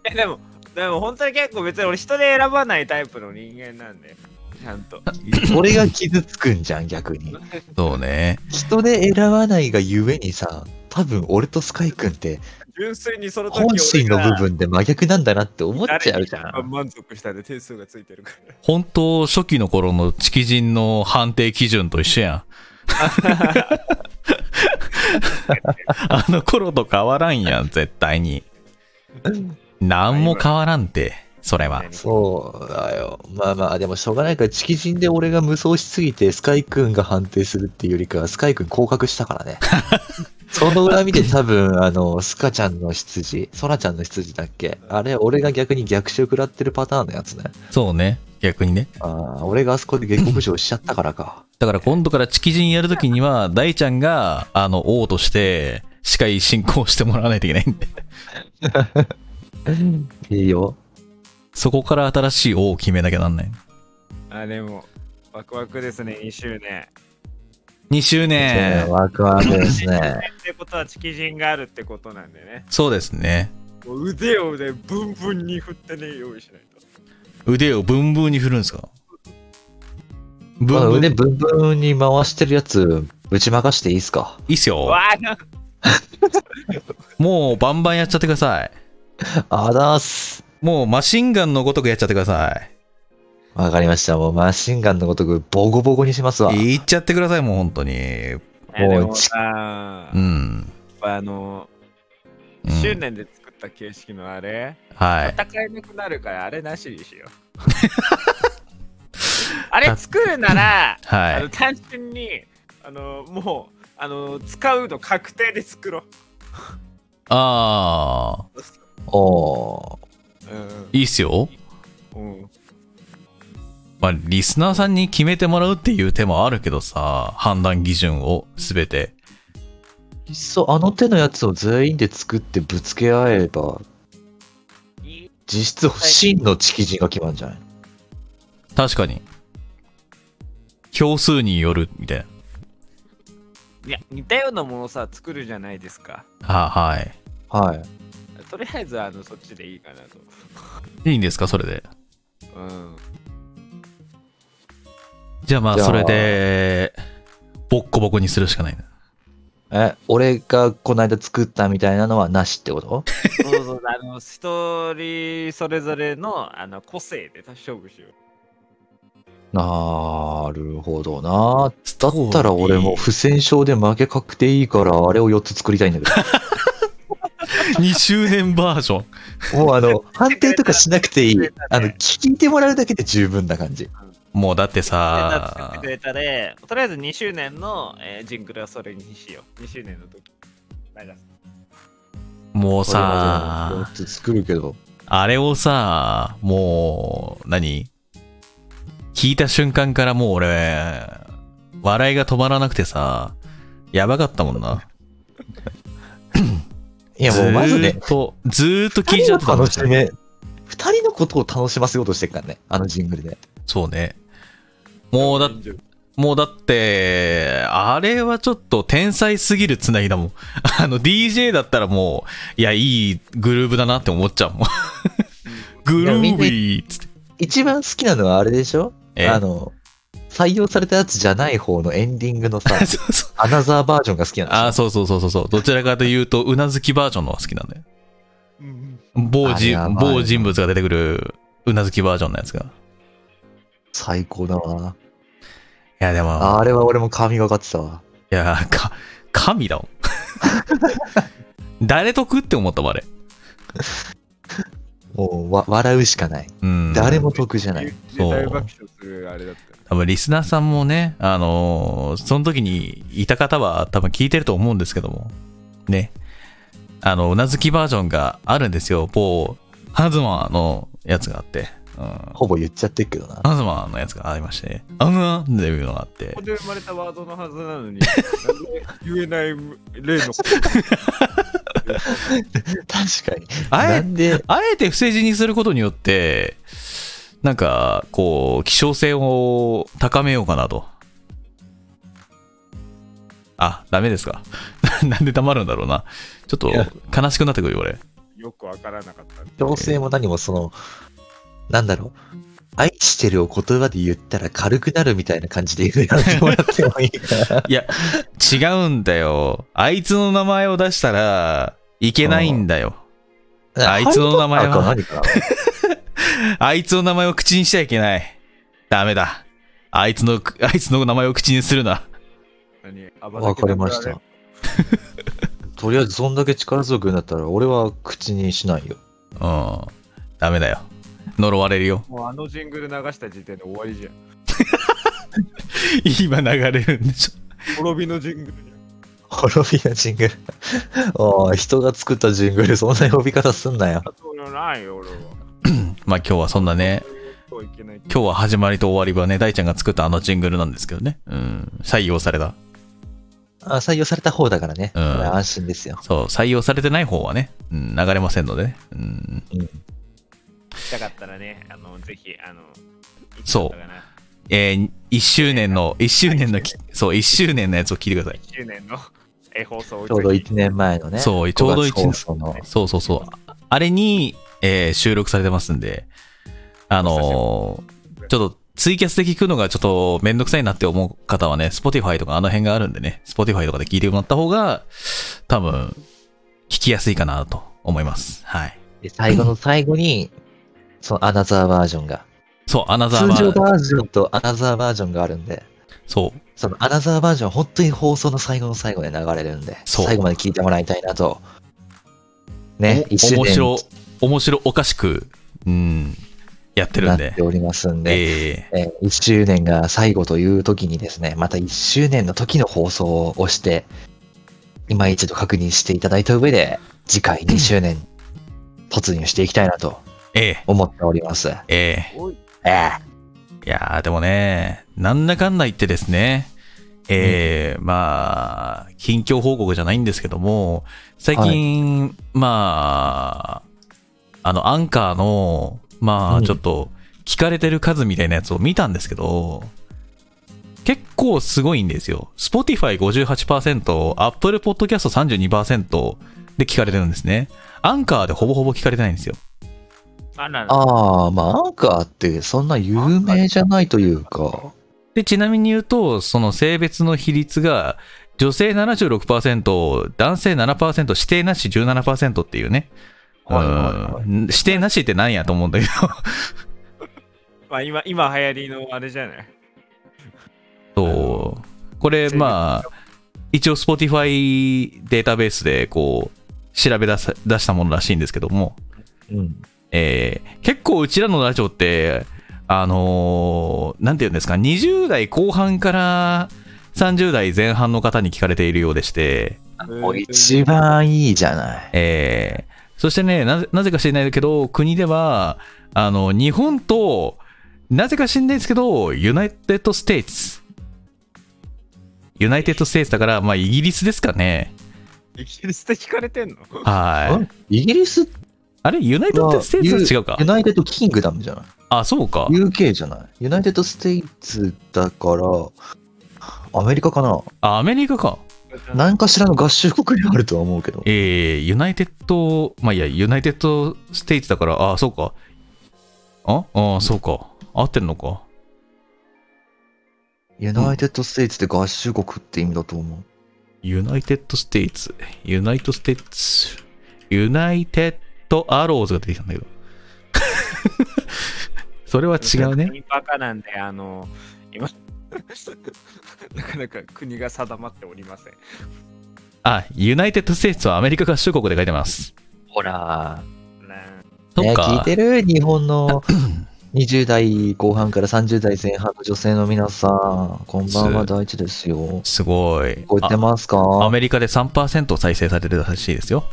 Speaker 6: えでもでも本当に結構別に俺人で選ばないタイプの人間なんで。ちゃんと。
Speaker 2: 俺が傷つくんじゃん、逆に。
Speaker 1: そうね
Speaker 2: 人で選ばないがゆえにさ、多分俺とスカイくんって
Speaker 6: 純粋にその時
Speaker 2: 本心の部分で真逆なんだなって思っちゃうじゃ
Speaker 6: 俺が
Speaker 2: ん。
Speaker 6: 満足したで点数がついてるから。
Speaker 1: 本当初期の頃の知キ人の判定基準と一緒や んあの頃と変わらんやん絶対に何も変わらんてそれは。
Speaker 2: そうだよ。まあまあ、でもしょうがないから、チキ人で俺が無双しすぎて、スカイくんが判定するっていうよりかは、スカイくん降格したから ね。その裏見て多分、あの、スカちゃんの羊、ソラちゃんの羊だっけあれ、俺が逆に逆襲食らってるパターンのやつね。
Speaker 1: そうね。逆にね。
Speaker 2: ああ、俺があそこで下克上しちゃったからか。
Speaker 1: だから今度からチキ人やるときに は、大ちゃんが、あの、王として、司会進行してもらわないといけないんで。
Speaker 2: いいよ。
Speaker 1: そこから新しい王を決めなきゃなんない。
Speaker 6: あ、でも、ワクワクですね、2周年。
Speaker 1: 2周年。
Speaker 2: ワクワクですね。
Speaker 6: ってことは、チキ人があるってことなんでね。
Speaker 1: そうですね。
Speaker 6: もう腕をね、ブンブンに振ってね、用意しないと。
Speaker 1: 腕をブンブンに振るんですかブ
Speaker 2: まだ
Speaker 1: ンブン。
Speaker 2: 腕
Speaker 1: い
Speaker 2: ブンブンに回してるやつ、ぶちまかしていいっすか
Speaker 1: いっすよ。
Speaker 6: わあ、なんか
Speaker 1: もうバンバンやっちゃってください。
Speaker 2: あだーす。
Speaker 1: もうマシンガンのごとくやっちゃってくださ
Speaker 2: わかりました。もうマシンガンのごとくボコボコにしますわ。
Speaker 1: い。いっちゃってください、もう本当に。
Speaker 6: で
Speaker 2: もう
Speaker 6: もさ、
Speaker 1: う
Speaker 6: やっ
Speaker 1: ん。
Speaker 6: ぱあの、
Speaker 1: うん
Speaker 6: 執念で作った形式のあれ、
Speaker 1: はい。
Speaker 6: 戦えなくなるからあれなしに しよう。あれ作るなら、あ
Speaker 1: は
Speaker 6: の単純にあのもうあの使うの確定で作ろう。
Speaker 1: い。ああ、
Speaker 2: おー。
Speaker 1: いいっすよ。
Speaker 6: うん、
Speaker 1: まあ、リスナーさんに決めてもらうっていう手もあるけどさ、判断基準をすべて。
Speaker 2: いっそあの手のやつを全員で作ってぶつけ合えば、実質真のチキ人が決まるんじゃない
Speaker 1: 確かに。票数による、みたいな。
Speaker 6: いや似たようなものさ作るじゃないですか。
Speaker 1: あはい。
Speaker 2: はい。
Speaker 6: とりあえずあのそっちでいいかなと。
Speaker 1: いいんですか、それで。
Speaker 6: うん、
Speaker 1: じゃあまあ、
Speaker 2: じゃあ
Speaker 1: それで、ボッコボコにするしかないな。
Speaker 2: え、俺がこの間作ったみたいなのはなしってこと
Speaker 6: そうそうあの一人それぞれのあの個性で勝負しよう。
Speaker 2: なるほどな。だったら俺も不戦勝で負け確定いいから、あれを4つ作りたいんだけ
Speaker 1: 2周年バージョン。
Speaker 2: ど。もうあの、判定とかしなくていい。あの、聞いてもらうだけで十分な感じ。
Speaker 1: もうだって
Speaker 6: 作って
Speaker 1: さ
Speaker 6: く、れたで、とりあえず2周年の、えージングルはそれにしよう。2周年の時。流す
Speaker 1: もう
Speaker 2: 俺は
Speaker 1: さ、
Speaker 2: 4つ作るけど。
Speaker 1: あれをさ、もう、何聞いた瞬間からもう俺、笑いが止まらなくてさ、やばかったもんな。
Speaker 2: いや、もうまずね
Speaker 1: ずー、っと、ずーっと聞い
Speaker 2: 二
Speaker 1: ち
Speaker 2: 人
Speaker 1: ゃ
Speaker 2: を
Speaker 1: ってたもん
Speaker 2: 楽しめ、二人のことを楽しませようとしてるからね、あのジングルで。
Speaker 1: そうね。もうだ、もうだって、あれはちょっと天才すぎるつなぎだもん。 あの DJ だったらもう、いや、いいグルーブだなって思っちゃうもん。グルービーっつって。
Speaker 2: 一番好きなのはあれでしょ
Speaker 1: え、
Speaker 2: あの、採用されたやつじゃない方のエンディングのさ
Speaker 1: そうそう
Speaker 2: アナザーバージョンが好きなんです
Speaker 1: あ
Speaker 2: よ
Speaker 1: あ、 そうそうそうそうそう。どちらかというと、うなずきバージョンの方が好きなんだよ。某じ
Speaker 2: あれやばいな
Speaker 1: 某人物が出てくるうなずきバージョンのやつが。い
Speaker 2: 最高だわ。
Speaker 1: や、でも、
Speaker 2: あれは俺も神がかってたわ。
Speaker 1: いや、か、神 だもん。誰得って思ったもん、あれ。
Speaker 2: もうわ笑うしかない。
Speaker 1: うん。
Speaker 2: 誰も得じゃない。
Speaker 1: そう
Speaker 6: 大爆笑するあれだった。
Speaker 1: 多分リスナーさんもね、あのーその時にいた方は多分聞いてると思うんですけども、ね、あの、うなずきバージョンがあるんですよ、某、ハズマのやつがあって、うん、ハ
Speaker 2: ほぼ言っちゃってるけどな。
Speaker 1: ズマのやつがありまして、ね、あんなっていうのがあって
Speaker 6: ここ、で生まれたワードのはずなのに、なんで言えない例のこと
Speaker 2: 確かに。
Speaker 1: あ
Speaker 2: な
Speaker 1: え
Speaker 2: んで、
Speaker 1: あえて不正字にすることによって、なんか、こう、希少性を高めようかなと。あ、ダメですか。 なんで黙るんだろうな。ちょっと
Speaker 2: いや
Speaker 1: 悲しくなってくるよ、俺。
Speaker 6: よくわからなかった。
Speaker 2: 強制も何もその、なんだろう。愛してるを言葉で言ったら軽くなるみたいな感じで言うのやってもらってもいいかな。
Speaker 1: いや、違うんだよ。あいつの名前を出したらいけないんだよ。あいつの名前は
Speaker 2: ハリーポッターか何か
Speaker 1: あいつの名前を口にしちゃいけない。ダメだ。あいつの、あいつの名前を口にするな。
Speaker 6: 何
Speaker 2: なわかりまし。
Speaker 6: 暴
Speaker 2: た
Speaker 6: れ。
Speaker 2: とりあえず、そんだけ力強くなったら、俺は口にしないよ。
Speaker 1: うん。ダメだよ。呪われるよ。
Speaker 6: もうあのジングル流した時点で終わりじゃん。
Speaker 1: 今流れるんでしょ。
Speaker 6: 滅びのジングルじゃん。
Speaker 2: 滅びのジングル。 おい、人が作ったジングル、そんな呼び方すんなよ。
Speaker 6: そういうのないよ、俺は。
Speaker 1: まあ今日はそんなね、
Speaker 6: そういけない。
Speaker 1: 今日は始まりと終わりはね、大ちゃんが作ったあのジングルなんですけどね。うん、採用された。
Speaker 2: あ採用された方だからね。
Speaker 1: うん
Speaker 2: 安心ですよ。
Speaker 1: そう、採用されてない方はね、うん、流れませんのでね。うん、
Speaker 6: 来たかったらね、あの、ぜひ、あの、
Speaker 1: そう
Speaker 6: う。
Speaker 1: えー、1周年の、1周年のき、そう、1周年のやつを聞いてください。
Speaker 6: 1年の え放送を
Speaker 2: ちょうど
Speaker 6: ぜひ
Speaker 2: 1年前のね。
Speaker 1: そうちょうど
Speaker 2: 5
Speaker 1: 一年
Speaker 2: 月放送の。
Speaker 1: そうそうそう。あれに、えー収録されてますんで、あのーちょっとツイキャスで聞くのがちょっとめんどくさいなって思う方はね、Spotify とかあの辺があるんでね、Spotify とかで聞いてもらった方が、多分、聞きやすいかなと思います。はい。
Speaker 2: で最後の最後に、そのアナザーバージョンが。
Speaker 1: そう、アナザー
Speaker 2: 通
Speaker 1: バ
Speaker 2: 常
Speaker 1: ー、
Speaker 2: バージョンとアナザーバージョンがあるんで、
Speaker 1: そう、
Speaker 2: そのアナザーバージョンは本当に放送の最後の最後で流れるんで、
Speaker 1: そう
Speaker 2: 最後まで聞いてもらいたいなと。ね、
Speaker 1: お
Speaker 2: 1周年
Speaker 1: 面白、面白おかしく、うん、やってる
Speaker 2: なんっ
Speaker 1: で
Speaker 2: て。おりますんで、
Speaker 1: えー
Speaker 2: えー1周年が最後という時にですね、また1周年の時の放送を押して、今一度確認していただいた上で、次回2周年突入していきたいなと
Speaker 1: ええ
Speaker 2: 思っております。
Speaker 1: ええ
Speaker 2: ええ
Speaker 1: いやーでもね、なんだかんだ言ってですね、えーまあ、近況報告じゃないんですけども、最近、まあ、あの、アンカーの、ま
Speaker 2: う
Speaker 1: あ、
Speaker 2: ん
Speaker 1: ちょっと、聞かれてる数みたいなやつを見たんですけど、結構すごいんですよ。Spotify58%、Apple Podcast32% で聞かれてるんですね。アンカーでほぼほぼ聞かれてないんですよ。
Speaker 6: あらら、
Speaker 2: ああ、まあ、アンカーってそんな有名じゃないというか。
Speaker 1: で、ちなみに言うと、その性別の比率が、女性76%、男性7%、指定なし17%っていうね。
Speaker 2: はいはいは
Speaker 1: うん指定なしってなんやと思うんだけ
Speaker 6: まあ今、今流行りのあれじゃない。
Speaker 1: ど、そうこれ、まあ、一応 Spotify データベースで、こう、調べ出さ出したものらしいんですけども、
Speaker 2: うん。
Speaker 1: えー結構うちらのラジオって、あのーなんて言うんですか、20代後半から30代前半の方に聞かれているようでして、
Speaker 2: もう一番いいじゃない。
Speaker 1: えーそしてねなぜ、なぜか知らないけど、国では、あの、日本と、なぜか知らないですけど、ユナイテッド・ステイツ。ユナイテッド・ステイツだから、まあ、イギリスですかね。
Speaker 6: イギリスで聞かれてんの
Speaker 1: は
Speaker 2: ん
Speaker 1: い。
Speaker 2: イギリスは
Speaker 1: あれ、ユナイテッド・ステイツは違うか
Speaker 2: ユ。ナイテッドキングダムじゃない。
Speaker 1: あ、そうか。
Speaker 2: UK じゃない。ユナイテッドステイツだから、アメリカかな
Speaker 1: あ、アメリカか。
Speaker 2: 何かしらの合衆国にあるとは思うけど。
Speaker 1: えー、ユナイテッド、まあ、いや、ユナイテッド・ステイツだから、あ、そうか。ああ、そうか。合ってんのか。
Speaker 2: ユナイテッドステイツって合衆国って意味だと思う。
Speaker 1: ユナイテッド・ステイツ、ユナイト・ステイツ、ユナイテッド・アローズが出てきたんだけど。 それは違うね。
Speaker 6: 国バカなんで、あの、今、 なかなか国が定まっておりません。
Speaker 1: あ、ユナイテッド・ステイツはアメリカ合衆国で書いてます。
Speaker 2: ほら、
Speaker 6: ね
Speaker 1: そ
Speaker 2: ね、
Speaker 1: っ
Speaker 2: 聞い
Speaker 1: か。
Speaker 2: てる日本 の20代後半から30代前半の女性の皆さん、こんばんは
Speaker 1: す
Speaker 2: 大地ですよ。
Speaker 1: すごい
Speaker 2: 聞。こえて
Speaker 1: あ
Speaker 2: ますか
Speaker 1: アメリカで3%再生されてるらしいですよ。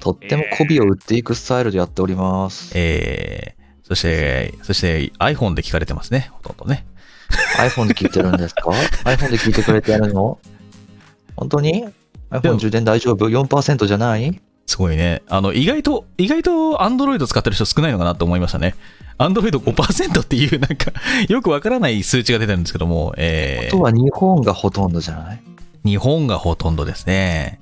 Speaker 2: とっても媚びを売っていくスタイルでやっております。
Speaker 1: えー、そして、そして iPhone で聞かれてますね。ほとんどね。
Speaker 2: iPhone で聞いてる んですか ?iPhone で聞いてくれてるの本当に
Speaker 1: で
Speaker 2: ?iPhone
Speaker 1: も
Speaker 2: 充電大丈夫 ?4% じゃない
Speaker 1: すごいね。あの、意外と、意外と Android 使ってる人少ないのかなと思いましたね。Android5% っていう、なんか、 よくわからない数値が出てるんですけども、え
Speaker 2: あ
Speaker 1: ー
Speaker 2: とは日本がほとんどじゃない
Speaker 1: 日本がほとんどですね。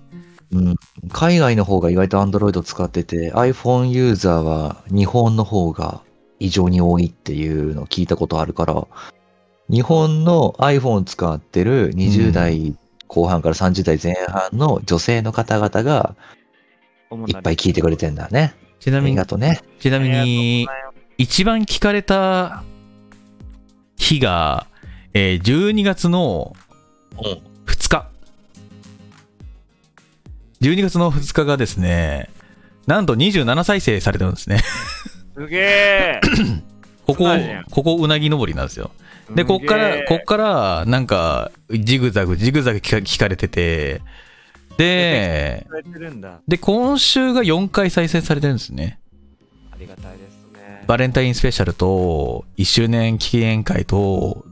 Speaker 2: うん、海外の方が意外と Android を使ってて iPhone ユーザーは日本の方が異常に多いっていうのを聞いたことあるから日本の iPhone を使ってる20代後半から30代前半の女性の方々がいっぱい聞いてくれてんだね。
Speaker 1: ち
Speaker 2: あ
Speaker 1: なみ
Speaker 2: り
Speaker 1: に
Speaker 2: が、とうね。
Speaker 1: ちなみ
Speaker 6: あり
Speaker 1: に、一番聞かれた日が、えー12月の2日。12月の2日がですね、なんと27再生されてるんですね。
Speaker 6: すげえ
Speaker 1: ここ
Speaker 6: うなぎやん、
Speaker 1: ここうなぎ登りなんですよ。 で、こっか
Speaker 6: すげ
Speaker 1: ら、
Speaker 6: え
Speaker 1: こっから、なんか、ジグザグ、ジグザグ聞か聞かれてて、で、
Speaker 6: されてるんだ
Speaker 1: で、今週が4回再生されてるんですね。
Speaker 6: ありがたいですね
Speaker 1: バレンタインスペシャルと、1周年記念会と、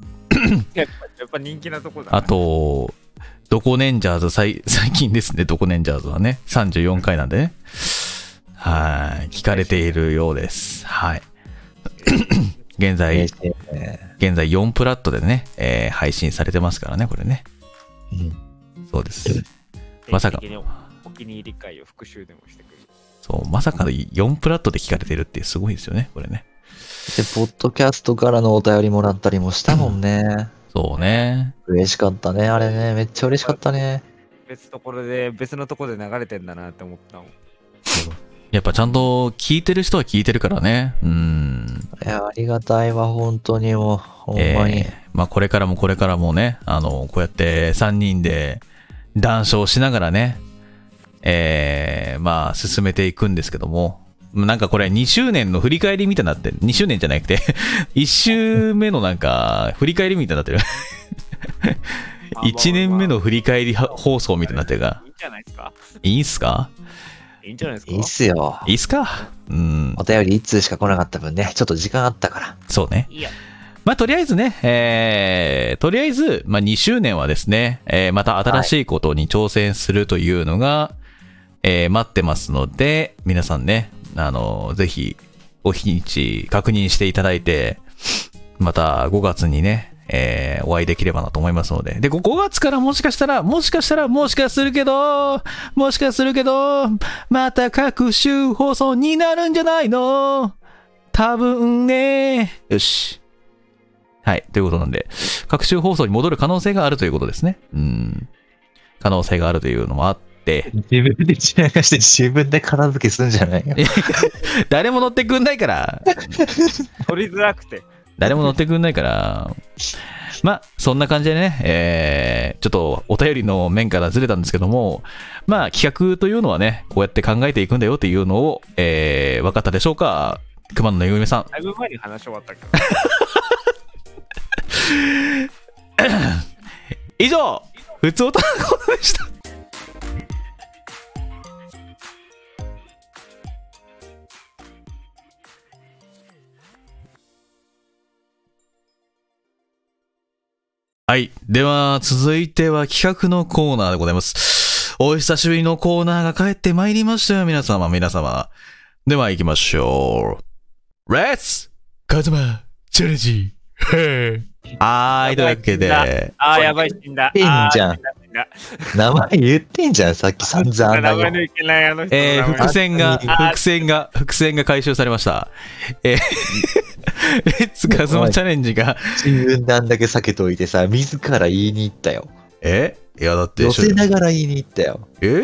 Speaker 6: やっぱ人気なとこだな
Speaker 1: あと、ドコネンジャーズ、最最近ですね、ドコネンジャーズはね、34回なんでね。はい、聞かれているようです。はい。現在、
Speaker 2: 嬉しいね
Speaker 1: 現在4プラットでね、えー配信されてますからね、これね。
Speaker 2: うん
Speaker 1: そうです。まさか
Speaker 6: 定期的にお気に入り会を復習でもしてくる
Speaker 1: そう、まさかの4プラットで聞かれてるってすごいですよね、これね。
Speaker 2: で、ポッドキャストからのお便りもらったりもしたもんね。
Speaker 1: そうね。
Speaker 2: 嬉しかったね、あれね。めっちゃ嬉しかったね。
Speaker 6: 別ところで別のところで流れてんだなって思ったもん
Speaker 1: やっぱちゃんと聞いてる人は聞いてるからね。うん。
Speaker 2: いや、ありがたいわ、本当にもう。ほんまに。
Speaker 1: えーまあこれからもこれからもね、あの、こうやって3人で談笑しながらね、えーまあ進めていくんですけども、なんかこれ2周年の振り返りみたいになってる、2周年じゃなくて、1周目のなんか振り返りみたいになってる。1年目の振り返りは放送みたいになってるが
Speaker 6: い、いんじゃないですか
Speaker 1: いいんすか
Speaker 6: いいんじゃないですか
Speaker 2: いいっすよ。
Speaker 1: いいっすかうん
Speaker 2: お、便り一通しか来なかった分ね、ちょっと時間あったから。
Speaker 1: そうね。
Speaker 6: いいよ
Speaker 1: まあ、とりあえずね、えーとりあえず、まあ、2周年はですね、えーまた新しいことに挑戦するというのが、えー待ってますので、皆さんね、あの、ぜひ、お日にち確認していただいて、また5月にね、えーお会いできればなと思いますので。で、ご5月からもしかしたら、もしかしたら、もしかするけど、もしかするけど、また各週放送になるんじゃないの多分ね。よし。はい。ということなんで、各週放送に戻る可能性があるということですね。うん。可能性があるというのもあって、
Speaker 2: 自分で散らかして自分で片付けすんじゃないよ。
Speaker 1: 誰も乗ってくんないから、
Speaker 6: 取りづらくて
Speaker 1: 誰も乗ってくんないから、まあ、そんな感じでね、えーちょっとお便りの面からずれたんですけども、まあ、企画というのはね、こうやって考えていくんだよっていうのを、えー、分かったでしょうか熊野のゆめさん。
Speaker 6: だいぶ前に話終わったけど
Speaker 1: 以上、普通音のことでした。はい。では、続いては企画のコーナーでございます。お久しぶりのコーナーが帰ってまいりましたよ、皆様、皆様。では、行きましょう。レッツカズマチャレンジへーはーい、というわけで、
Speaker 6: あーやばい死んだ
Speaker 2: いいんじゃん
Speaker 6: あー死だ死んだ
Speaker 2: 名前言ってんじゃん、さっき散々あん
Speaker 6: 名
Speaker 2: な
Speaker 6: 前の
Speaker 2: に。
Speaker 6: いけないあの人の名前
Speaker 1: えー、伏線が、
Speaker 6: あ
Speaker 1: 伏線が、伏線が回収されました。えー、 レッツカズマチャレンジが、
Speaker 2: 自分であんだけ避けといてさ、自ら言いに行ったよ。
Speaker 1: えいや、だって、
Speaker 2: 寄せながら言いに行ったよ。
Speaker 1: え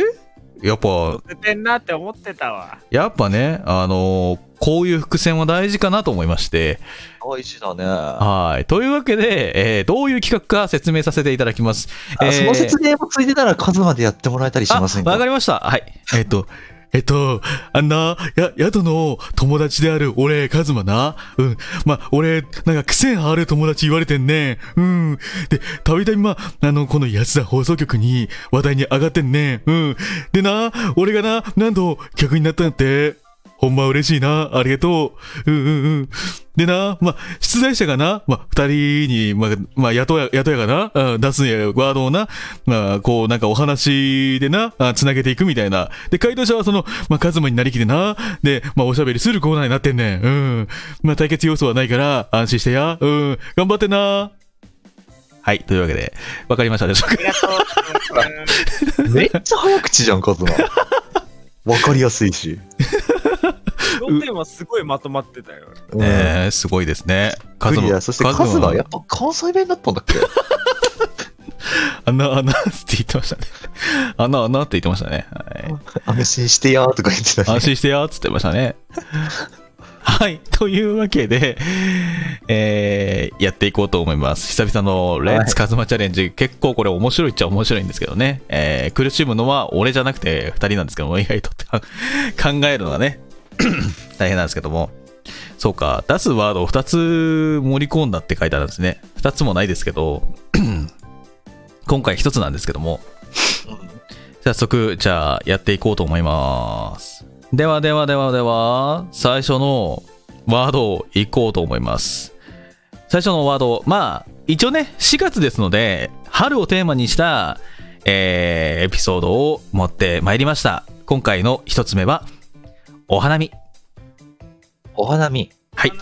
Speaker 1: やっぱ、
Speaker 6: 捨ててんなって思ってたわ
Speaker 1: やっぱね、あのーこういう伏線は大事かなと思いまして。
Speaker 2: 大事だね。あ、
Speaker 1: はい。というわけで、えーどういう企画か説明させていただきます。えー
Speaker 2: その説明もついてたら数までやってもらえたりしません
Speaker 1: あわか
Speaker 2: か
Speaker 1: りました。はい。えっ、と、えっと、あんな、や、宿の友達である俺、カズマな。うん。ま、俺、なんか癖ある友達言われてんね。うん。で、たびたびま、あの、この安田放送局に話題に上がってんね。うん。でな、俺がな、なんと客になったんだって。ほんま嬉しいな。ありがとう。うんうんうん。でな、まあ、出題者がな、まあ、二人に、まあ、まあ、雇や、雇やがな、うん出すんや、ワードをな、まあ、こう、なんかお話でな、あつなげていくみたいな。で、回答者はその、まあ、カズマになりきってな、で、まあ、おしゃべりするコーナーになってんねん。うん。まあ、対決要素はないから、安心してや。うん。頑張ってな。はい、というわけで、わかりましたでしょうか
Speaker 6: ありがとう
Speaker 2: めっちゃ早口じゃん、数ま。 わかりやすいし。
Speaker 6: ロテンはすごいまとまってたよ
Speaker 2: うん
Speaker 1: ねえすごいですね。
Speaker 2: クリアそしてカズマ、や
Speaker 1: や
Speaker 2: っぱ関西弁だった んだっけ
Speaker 1: あんな、あんなって言ってましたね。あんな、あんなって言ってましたね。はい。
Speaker 2: 安心してやーとか言ってた
Speaker 1: 安
Speaker 2: ね。
Speaker 1: 心してよっつってましたね。はい。というわけで、えーやっていこうと思います。久々のレッツカズマチャレンジ、結構これ面白いっちゃ面白いんですけどね。えー苦しむのは俺じゃなくて2人なんですけども、意外と考えるのがね、大変なんですけども。そうか、出すワードを2つ盛り込んだって書いてあるんですね。2つもないですけど、 今回1つなんですけども、早速、じゃあやっていこうと思います。ではではではでは、最初のワードをいこうと思います。最初のワード、まあ、一応ね、4月ですので、春をテーマにした、えーエピソードを持ってまいりました。今回の1つ目は、お花見。
Speaker 2: お花見。
Speaker 1: はい。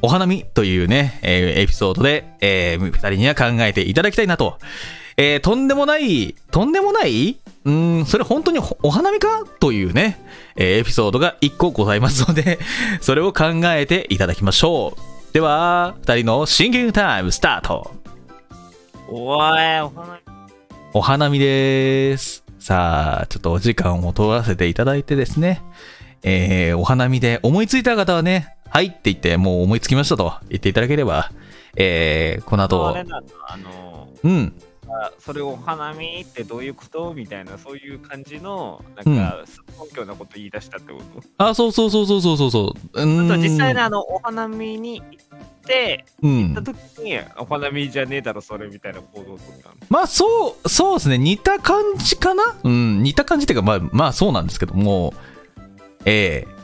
Speaker 1: お花見というね、えーエピソードで、え2人には考えていただきたいなと。えーとんでもない、とんでもないうーん、それ本当にほお花見かというね、えーエピソードが1個ございますので、それを考えていただきましょう。では、2人のシンキングタイムスタート。
Speaker 6: おーい、お花見
Speaker 1: お花見です。さあ、ちょっとお時間を取らせていただいてですね、えー、お花見で思いついた方はね、はいって言って、もう思いつきましたと言っていただければ、えー、この
Speaker 6: あ
Speaker 1: 後
Speaker 6: れ、なんだ、あの
Speaker 1: うん、
Speaker 6: あそれお花見ってどういうことみたいな、そういう感じの、なんか、根拠なこと言い出したってこと。
Speaker 1: あ、そうそうそうそうそうそうそう、う
Speaker 6: あ
Speaker 1: ー
Speaker 6: と
Speaker 1: ん、
Speaker 6: 実際にあの、お花見に行って、
Speaker 1: うん
Speaker 6: 行った、時に、お花見じゃねえだろ、それみたいな行動をとったの。
Speaker 1: まあそう、そうですね、似た感じかなうん、似た感じっていうか、まあ、まあそうなんですけども、えー
Speaker 6: うん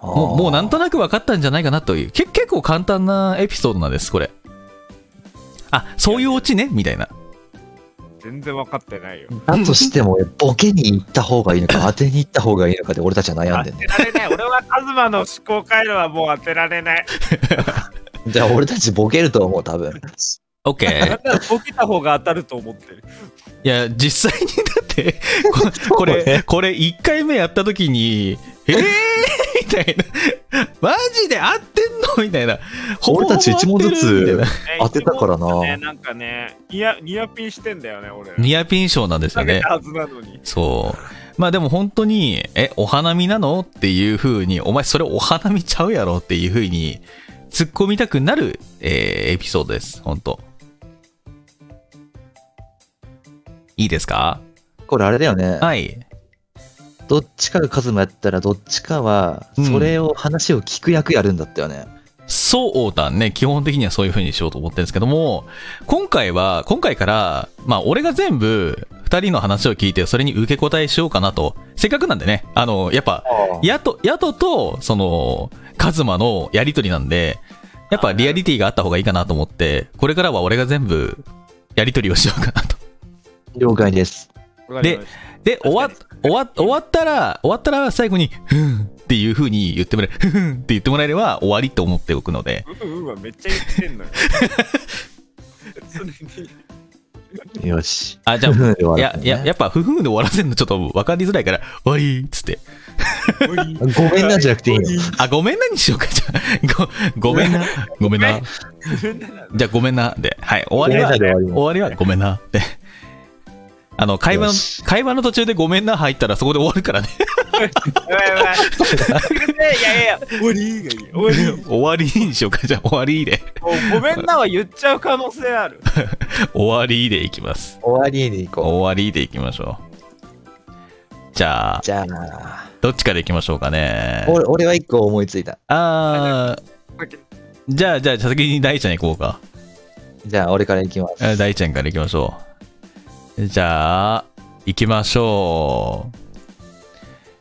Speaker 1: もう、もうなんと
Speaker 2: な
Speaker 1: なく分かったんじゃないかなという、け結構簡単なエピソードなんです、これ。あ、そういうオチね、みたいな。
Speaker 6: 全然分かってないよ。
Speaker 2: だとしても、ボケに行った方がいい のか、当てに行った方がいいのかで俺たちは悩んで
Speaker 6: 当
Speaker 2: ん
Speaker 6: て
Speaker 2: ね。
Speaker 6: られない。俺はカズマの思考回路はもう当てられない。
Speaker 2: じゃあ俺たちボケると思う、多分。
Speaker 1: オッケ
Speaker 6: だ
Speaker 1: ー。
Speaker 6: からボケた方が当たると思ってる。
Speaker 1: いや、実際にだ って、ここ
Speaker 2: そう
Speaker 1: れ
Speaker 2: ね、
Speaker 1: これ1回目やった時に、えー みたいな。マジで合ってんのみたいな。
Speaker 2: 俺たち
Speaker 1: ほぼほぼ合ってる
Speaker 2: 一問ずつ
Speaker 1: みたいな
Speaker 6: ね
Speaker 2: 当てたからな
Speaker 6: ねなんかね、ニヤニアピンしてんだよね、俺。
Speaker 1: ニアピン賞なんですよ
Speaker 6: 投げ
Speaker 1: ね
Speaker 6: た。はずなのに。
Speaker 1: そう。まあでも本当に、え、お花見なのっていう風に、お前それお花見ちゃうやろっていう風に、突っ込みたくなる、えーエピソードです。本当いいですか
Speaker 2: これあれだよね。
Speaker 1: はい。
Speaker 2: どっちかがカズマやったら、どっちかは、
Speaker 1: うん
Speaker 2: それを話を聞く役やるんだったよね。
Speaker 1: そうだね。基本的にはそういう風にしようと思ってるんですけども、今回は、今回から、まあ、俺が全部、二人の話を聞いて、それに受け答えしようかなと。せっかくなんでね、あの、やっぱ、ヤト、ヤトと、その、カズマのやりとりなんで、やっぱリアリティがあった方がいいかなと思って、これからは俺が全部、やりとりをしようかなと。
Speaker 2: 了解です。
Speaker 6: わかりまし
Speaker 1: で、終わっ
Speaker 6: 確、
Speaker 1: 終わ、終わったら、終わったら最後に、ふんっていう風に言ってもらえる、ふんって言ってもらえれば終わりと思っておくので、
Speaker 6: たうんうんはめっちゃ言ってんのよ。常に
Speaker 2: よし。
Speaker 1: あ、じゃあ、
Speaker 2: ふふんで
Speaker 1: い
Speaker 2: 終わ
Speaker 1: や
Speaker 2: るんだね
Speaker 1: いや、やっぱ、ふふんで終わらせるのちょっと分かりづらいから、終わりっつって。
Speaker 6: おい
Speaker 2: ごめんなじゃなくていいの。
Speaker 1: あ、ごめんなにしようか、じゃあ。ご、ごめんな、ごめんな。じゃあ、ごめんなで、はい、終わりは、
Speaker 2: ごめんなで終わり
Speaker 1: 終わりはごめんなで。あの、会
Speaker 2: よ
Speaker 1: 話
Speaker 2: し
Speaker 1: の、会話の途中でごめんな入ったらそこで終わるからね。
Speaker 6: やばいやばい。いやいやいや、おりがいい。おりも
Speaker 1: 終わりにしようか、じゃあ、終わりで。
Speaker 6: うごめんなは言っちゃう可能性ある。
Speaker 1: 終わりでいきます。
Speaker 2: 終わりに行こ
Speaker 1: 終わりでいきましょう。じゃあ
Speaker 2: う。、じゃあ、
Speaker 1: どっちからいきましょうかね。
Speaker 2: 俺俺は一個思いついた。
Speaker 1: あー、じゃあ、じゃあ、先に大ちゃん行こうか。
Speaker 2: じゃあ、俺から行きます。
Speaker 1: えー大ちゃんから行きましょう。じゃあ、行きましょう。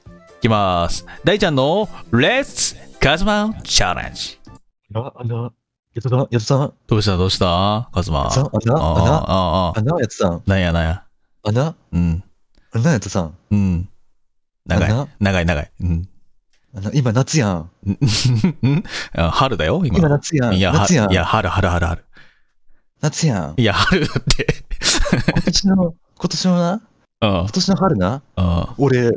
Speaker 1: 行きます。大ちゃんの Let's カズマチャレンジ。
Speaker 2: あな、やつさん、やつさん、
Speaker 1: どうしたどうしたカズマ。
Speaker 2: やつさん、あ
Speaker 1: あ
Speaker 2: な、あな、
Speaker 1: ああ
Speaker 2: あな、やつさん、
Speaker 1: なんやなんや。
Speaker 2: あな、
Speaker 1: うん。
Speaker 2: あな、やつさん、
Speaker 1: うん。長
Speaker 2: あ
Speaker 1: い
Speaker 2: な。
Speaker 1: 長い長い。うん。
Speaker 2: あな、今夏やん。
Speaker 1: うんあ春だよ、今。
Speaker 2: 今夏やん。
Speaker 1: いや、
Speaker 2: 夏や
Speaker 1: はい
Speaker 2: ん。
Speaker 1: や、春、春、春、春。
Speaker 2: 夏やん。
Speaker 1: いや、春だって。
Speaker 2: 今年の、今年のな、
Speaker 1: うん
Speaker 2: 今。年の春な、
Speaker 1: うん
Speaker 2: 俺、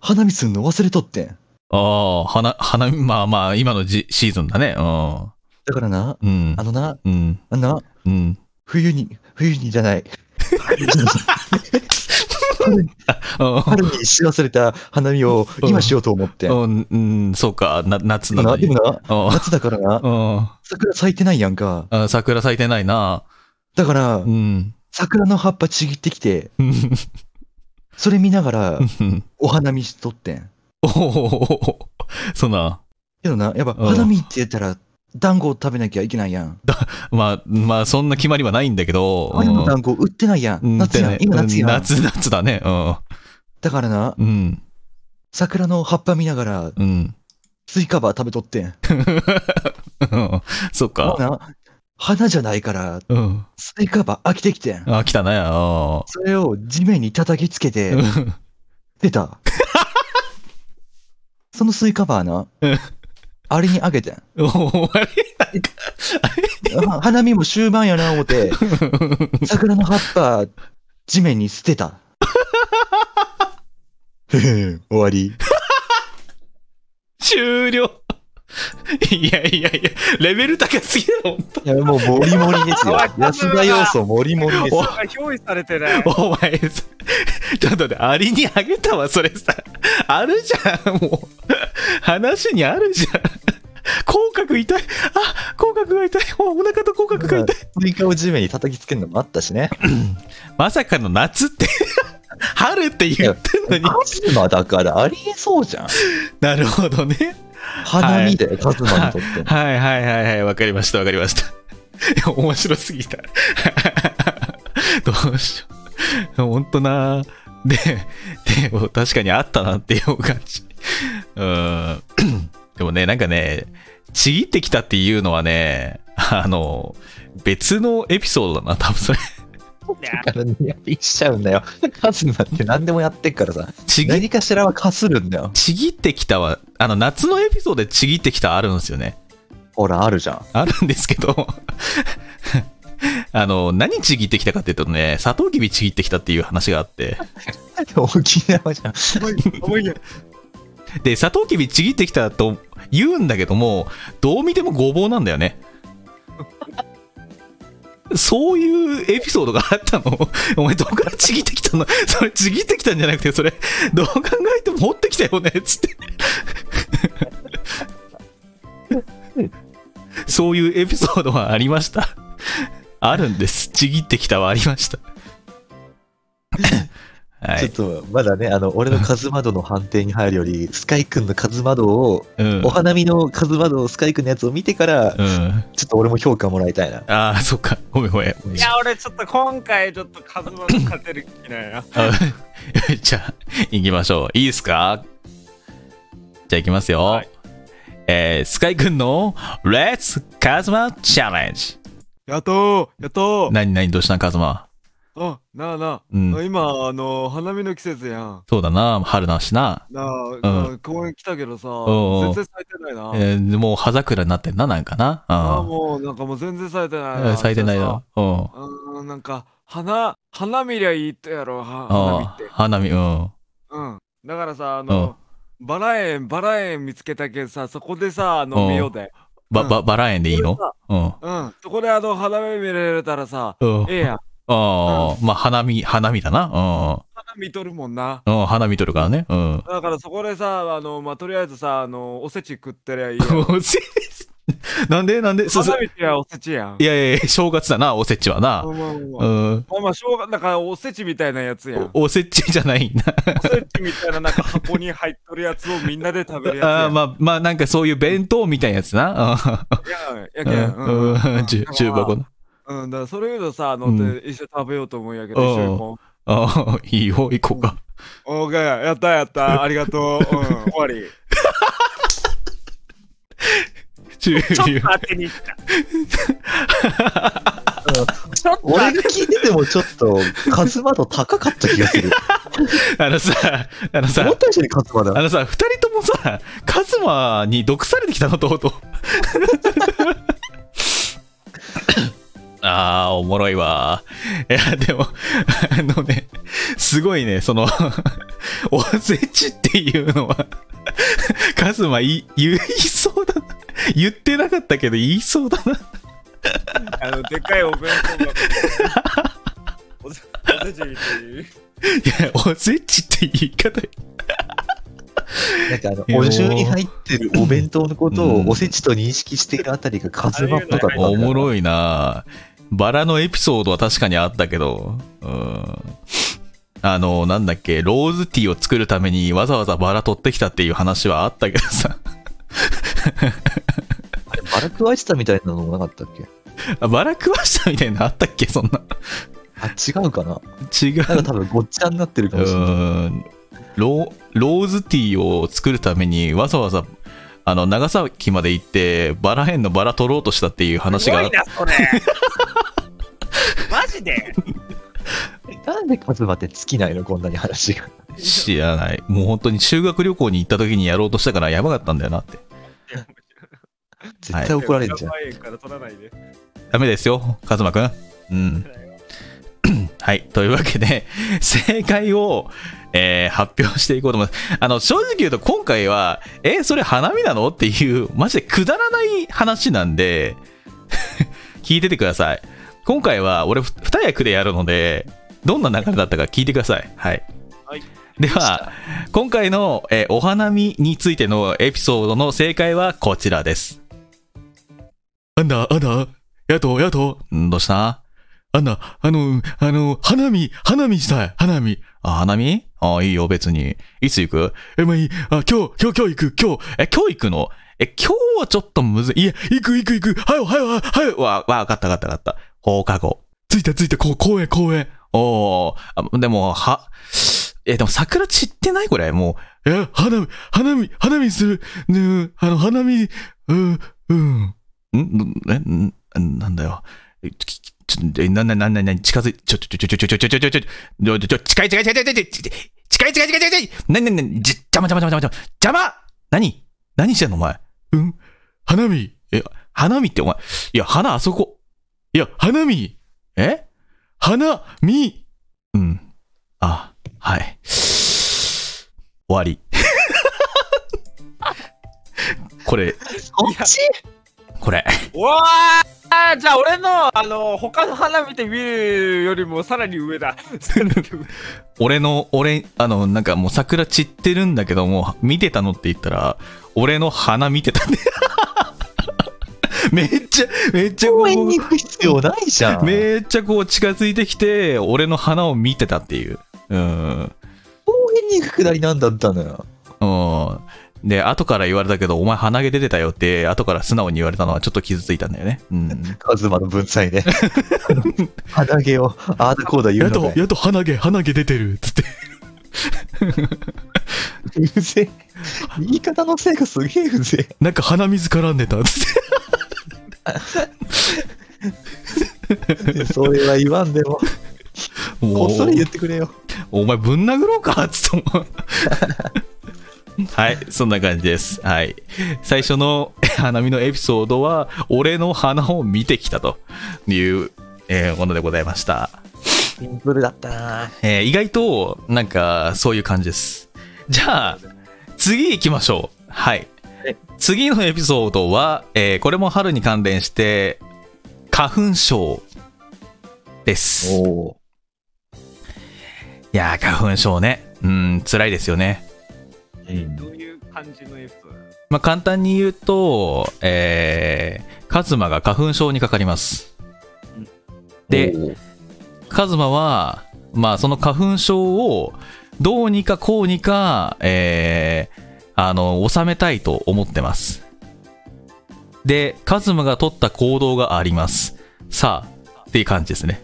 Speaker 2: 花見すんの忘れとってん。
Speaker 1: ああ、花、花見、まあまあ、今のじシーズンだね。う
Speaker 2: だからな、
Speaker 1: ん。うん
Speaker 2: あ。のな、
Speaker 1: うん。
Speaker 2: あのな、
Speaker 1: うん。
Speaker 2: 冬に、冬にじゃ ない。
Speaker 1: う
Speaker 2: 春にし忘れた花見を今しようと思って。
Speaker 1: ん、うん、そうか、な夏な
Speaker 2: 今
Speaker 1: の
Speaker 2: な、
Speaker 1: に
Speaker 2: 今。な、
Speaker 1: うん
Speaker 2: 夏だからな、
Speaker 1: うん
Speaker 2: 桜咲いてないやんか。
Speaker 1: あ、桜咲いてないな。
Speaker 2: だから
Speaker 1: う、ん。
Speaker 2: 桜の葉っぱちぎってきて、
Speaker 1: うん
Speaker 2: それ見ながら
Speaker 1: うん
Speaker 2: お花見しとってん。
Speaker 1: おおそんな、
Speaker 2: けどな、やっぱ、
Speaker 1: うん
Speaker 2: 花見って言ったら、団子を食べなきゃいけないやん。
Speaker 1: まあ、まあ、そんな決まりはないんだけど。
Speaker 2: あれの団子売ってないや
Speaker 1: うん
Speaker 2: ん。夏やん。今夏やん。
Speaker 1: 夏、夏だね。
Speaker 2: だからな、
Speaker 1: うん。うん。
Speaker 2: 桜の葉っぱ見ながら、
Speaker 1: うん。
Speaker 2: スイカバー食べとってん。
Speaker 1: うん そっ
Speaker 2: も
Speaker 1: か。
Speaker 2: うな、花じゃないから、
Speaker 1: うん。
Speaker 2: スイカバー飽きてきてん。
Speaker 1: あ、来たね。あ
Speaker 2: それを地面に叩きつけて、
Speaker 1: ー
Speaker 2: 出た。そのスイカバーな
Speaker 1: うん、
Speaker 2: あれにあげてん。
Speaker 1: おおあれ
Speaker 2: あ花見も終盤やな思って、桜の葉っぱ、地面に捨てた。ふふん終わり。
Speaker 1: 終了。 いやいやいや、レベル高すぎだろ。
Speaker 2: いや、もう、モリモリですよ
Speaker 6: おい。
Speaker 2: 安田要素、モリモリですよ。
Speaker 6: 憑依されてない。
Speaker 1: お前さ、ちょっと待って、アリにあげたわ、それさ。あるじゃん、もう。話にあるじゃん。口角痛い。あ、口角が痛い。おお腹と口角が痛い。
Speaker 2: スイカを地面に叩きつけるのもあったしね。
Speaker 1: まさかの夏って。春って言ってんのに。
Speaker 2: カズマだからありえそうじゃん。
Speaker 1: なるほどね。
Speaker 2: 花見だよ、カズマにとっても。
Speaker 1: はいはいはいはい、わかりましたわかりました。 いや、面白すぎた。どうしよう。ほんとな。で、でも確かにあったなっていう感じ。うーん。 でもね、なんかね、ちぎってきたっていうのはね、あの、別のエピソードだな、多分それ。
Speaker 2: だからニヤピしちゃうんだよ。カズマって何でもやってっからさ。
Speaker 1: ちぎ、
Speaker 2: 何かしらはかするんだよ。
Speaker 1: ちぎってきたは、あの、夏のエピソードでちぎってきたあるんですよね。
Speaker 2: ほら、あるじゃん。
Speaker 1: あるんですけど、 あの、何ちぎってきたかっていうとね、サトウキビちぎってきたっていう話があって、
Speaker 2: 沖縄じゃん。
Speaker 1: で、サトウキビちぎってきたと言うんだけども、どう見てもごぼうなんだよね。そういうエピソードがあったのお前どこからちぎってきたのそれちぎってきたんじゃなくて、それどう考えても持ってきたよねつって。そういうエピソードはありました。あるんです。ちぎってきたはありました。は
Speaker 2: ち
Speaker 1: い
Speaker 2: ょっ。と、まだね、あの、俺のカズマドの判定に入るより、スカイくんのカズマドを、
Speaker 1: うん
Speaker 2: お。花見のカズマド、スカイくんのやつを見てから、
Speaker 1: うん
Speaker 2: ちょっと俺も評価もらいたいな。
Speaker 1: ああ、そっか。ごめんごめん。
Speaker 6: いや、俺ちょっと今回ちょっとカズマに勝てる気ないな。
Speaker 1: あ じゃあ、行きましょう。いいですかじゃあ行きますよ。
Speaker 6: はい
Speaker 1: えースカイくんの Let's カズマチャレンジ。
Speaker 7: やっとーやっとー
Speaker 1: なになにどうしたんカズマ。
Speaker 7: あなあな
Speaker 1: う
Speaker 7: あ、
Speaker 1: ん。
Speaker 7: 今あのー花見の季節やん
Speaker 1: そうだな、春なしな。
Speaker 7: なあ、公園来たけどさ
Speaker 1: おうおう
Speaker 7: 全然咲いてないな、
Speaker 1: えーもう葉桜になってんな、なんかな。
Speaker 7: ああ
Speaker 1: うん
Speaker 7: もうなんかもう全然咲いてない
Speaker 1: えー。
Speaker 7: な
Speaker 1: 咲いてないよ。うん。
Speaker 7: じゃあさうーんなんか花花見りゃいいとやろは花見
Speaker 1: あ
Speaker 7: っ
Speaker 1: あ
Speaker 7: て、
Speaker 1: 花見、うん。
Speaker 7: うんだからさあのバラ園バラ園見つけたけどさそこでさ飲みようで
Speaker 1: ば、
Speaker 7: うん
Speaker 1: ば、バラ園でいいの
Speaker 7: そ
Speaker 1: う
Speaker 7: れ
Speaker 1: ん。
Speaker 7: うんそこであの花見見られたらさ
Speaker 1: うん。
Speaker 7: ええやん
Speaker 1: ああ、まあ、花見、花見だな。
Speaker 7: 花見とるもんな
Speaker 1: うん。うん、花見とるからね。うん。
Speaker 7: だからそこでさあのまあとりあえずさあのおせち食ってりゃいいや ん
Speaker 1: なんでなんでそそ
Speaker 7: 花見てはおせちやん
Speaker 1: いやいやいや、正月だな、おせちはな。
Speaker 7: まあまあ
Speaker 1: う
Speaker 7: まあ
Speaker 1: ん。
Speaker 7: まあまあしょうがだからおせちみたいなやつやん。お
Speaker 1: おおせちじゃないな。
Speaker 7: せちみたいななんか箱に入っとるやつをみんなで食べるやつやん。
Speaker 1: あーまあ、まあ、なんかそういう弁当みたいなやつな。
Speaker 7: や
Speaker 1: う
Speaker 7: けん。う
Speaker 1: ん。
Speaker 7: ん
Speaker 1: うん。
Speaker 7: だ
Speaker 1: 中
Speaker 7: から
Speaker 1: 中箱の。
Speaker 7: うん、だからそれ言うとさ、あの、
Speaker 1: うん
Speaker 7: 一緒に食べようと思うんやけど、
Speaker 1: うん
Speaker 7: 一緒にこう。
Speaker 1: ああ、いいよ、行こうか。
Speaker 7: オーケー、やったやった、ありがとう。うん、終 わり。
Speaker 1: 終了
Speaker 8: ちょっと当てに行った。
Speaker 2: 俺が聞いてても、ちょっと、カズマド高かった気がする。
Speaker 1: あのさ、あの
Speaker 2: 思
Speaker 1: さ
Speaker 2: っ、た以上にカズマ
Speaker 1: あ
Speaker 2: だ。
Speaker 1: のさ、二人ともさ、カズマに毒されてきたの、とうとう。 ああ、おもろいわ。いや、でも、あのね、すごいね、その、おせちっていうのは、カズマい言いそうだな。言ってなかったけど、言いそうだな。
Speaker 7: あの、でっかいお弁当箱。おせおせち みたいに。
Speaker 1: いや、おせちって言い方、
Speaker 2: なんか、あの、お重に入ってるお弁当のこと
Speaker 1: う
Speaker 2: を
Speaker 1: ん
Speaker 2: おせちと認識しているあたりがカズマっぽかったんだよ。
Speaker 1: おも
Speaker 2: い。
Speaker 1: ろいなバラのエピソードは確かにあったけど、うん。あの、なんだっけ、ローズティーを作るためにわざわざバラ取ってきたっていう話はあったけどさ。
Speaker 2: あれ、バラ食わしたみたいなのもなかったっけ
Speaker 1: あバラ食わしたみたいなのあったっけそんな
Speaker 2: あ、違うかな
Speaker 1: 違う
Speaker 2: なんか多分ごっちゃになってるか
Speaker 1: う
Speaker 2: もしれない。
Speaker 1: ーんローローズティーを作るためにわざわざあの長崎まで行ってバラ園のバラ取ろうとしたっていう話
Speaker 6: すご
Speaker 1: が
Speaker 6: いな、それ。マジで
Speaker 2: なんでカズマって尽きないのこんなに話が。
Speaker 1: 知らないもう本当に修学旅行に行った時にやろうとしたからやばかったんだよなって
Speaker 2: 絶対怒られるじゃん。
Speaker 7: 0円から取らないで。
Speaker 1: ダメですよカズマくんうん はいというわけで 正解を、えー発表していこうと思いますあの正直言うと今回はえそれ花見なのっていうマジでくだらない話なんで 聞いててください今回は俺ふ二役でやるのでどんな流れだったか聞いてくださいはい、
Speaker 7: はい
Speaker 1: では今回の、えーお花見についてのエピソードの正解はこちらですあんだあんだやとやとんどうしたあんな、あの、あの、花見、花見したい、花見。あ、花見あいいよ、別に。いつ行くえ、まあいい。あ、今日、今日、今日行く、今日。え、今日行くのえ、今日はちょっとむずい。いや、行く、行く、行く。はよ、はよ、はよ、はよ。わ、わ、わかった、わかった、わかった。放課後。着いた、着いた、こう、公園、公園。おー。あでも、は、え、でも桜散ってないこれ、もう。え、花見、花見、花見する。ねあの、花見、うん、うん。んえ、んなんだよ。えききちょ、えな、な、な、な、な、近づい、ちょ、ちょ、ちょ、ちょ、ちょ、ちょ、ちょ、ちょ、ちょ、ちょ、ちょ、近い、近い、近い、近い、近い、近い、近い、近い、近い、近い、な、な、な、じ、邪魔、邪魔、邪魔、邪魔、邪魔何何してんの、お前。うん花見え、花見ってお前。いや、花あそこ。いや、花見え花見うん。あ、はい。終わり。これ、
Speaker 2: こっち
Speaker 1: これ。
Speaker 7: おわーじゃあ俺の、あの、他の花見て見るよりもさらに上だ。
Speaker 1: 俺の俺あのなんかもう桜散ってるんだけども見てたのって言ったら俺の鼻見てたね めっちゃめっちゃこ
Speaker 2: 公園に
Speaker 1: う
Speaker 2: 行く必要ないじゃん。
Speaker 1: めっちゃこう近づいてきて俺の鼻を見てたっていううん
Speaker 2: 公園に行くくだりなんだったのよ。
Speaker 1: うんで後から言われたけどお前鼻毛出てたよって後から素直に言われたのはちょっと傷ついたんだよねうん
Speaker 2: カズマの文才 で。鼻毛を、ああだこうだ言う
Speaker 1: や
Speaker 2: の
Speaker 1: と
Speaker 2: かい。
Speaker 1: やと鼻毛鼻毛出てるっつって
Speaker 2: うぜえ。言い方のせいがすげえうぜえ。
Speaker 1: なんか鼻水絡んでたっつって
Speaker 2: それは言わんでも、こ
Speaker 1: も
Speaker 2: っ
Speaker 1: う
Speaker 2: そり言ってくれよ。
Speaker 1: お前ぶん殴ろうか っつって思うはいそんな感じですはい最初の 花見のエピソードは俺の花を見てきたという、えーものでございました、
Speaker 2: シンプルだったな
Speaker 1: えー意外となんかそういう感じですじゃあ次行きましょうはい次のエピソードは、えーこれも春に関連して花粉症です
Speaker 2: おお。
Speaker 1: いやー花粉症ねうん辛いですよね
Speaker 7: どういう感じのエピソード
Speaker 1: まあ、簡単に言うと、えー、カズマが花粉症にかかります。で、カズマは、まあ、その花粉症をどうにかこうにか、えー、あの、収めたいと思ってます。で、カズマが取った行動があります。さあ、っていう感じですね。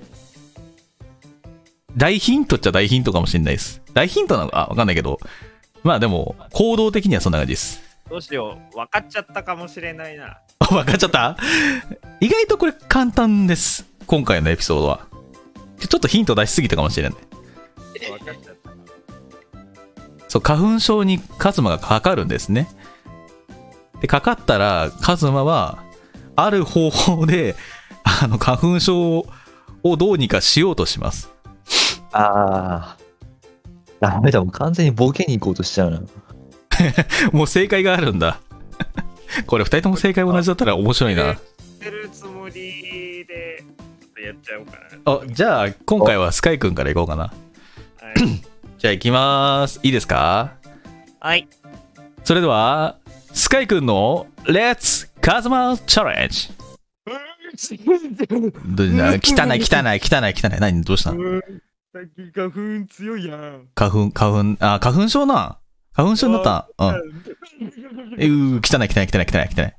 Speaker 1: 大ヒントっちゃ大ヒントかもしれないです。大ヒントなのかわかんないけど、まあでも、行動的にはそんな感じです。
Speaker 6: どうしよう。分かっちゃったかもしれない な。
Speaker 1: あわかっちゃった意外とこれ簡単です。今回のエピソードは。ちょっとヒント出しすぎたかもしれない。
Speaker 7: 分かっちゃった。
Speaker 1: そう、花粉症にカズマがかかるんですね。で、かかったら、カズマは、ある方法で、あの、花粉症をどうにかしようとします。
Speaker 2: ああ。ダメだもん。完全にボケに行こうとしちゃうな。
Speaker 1: もう正解があるんだ。これ、二人とも正解同じだったら面白いな。
Speaker 6: てるつもりで、ちょっとやっちゃおうかな。
Speaker 1: あ、じゃあ、今回はスカイくんからいこうかな。
Speaker 6: はい。
Speaker 1: じゃあ、行きます。いいですか
Speaker 6: はい、
Speaker 1: それでは、スカイくんのレッツカズマチャレンジどうな汚い汚い汚い汚い何どうした
Speaker 7: 最近花粉強いやん。
Speaker 1: 花粉花粉あ花粉症なん花粉症になったうん。えうー、汚い汚い汚い汚い汚い。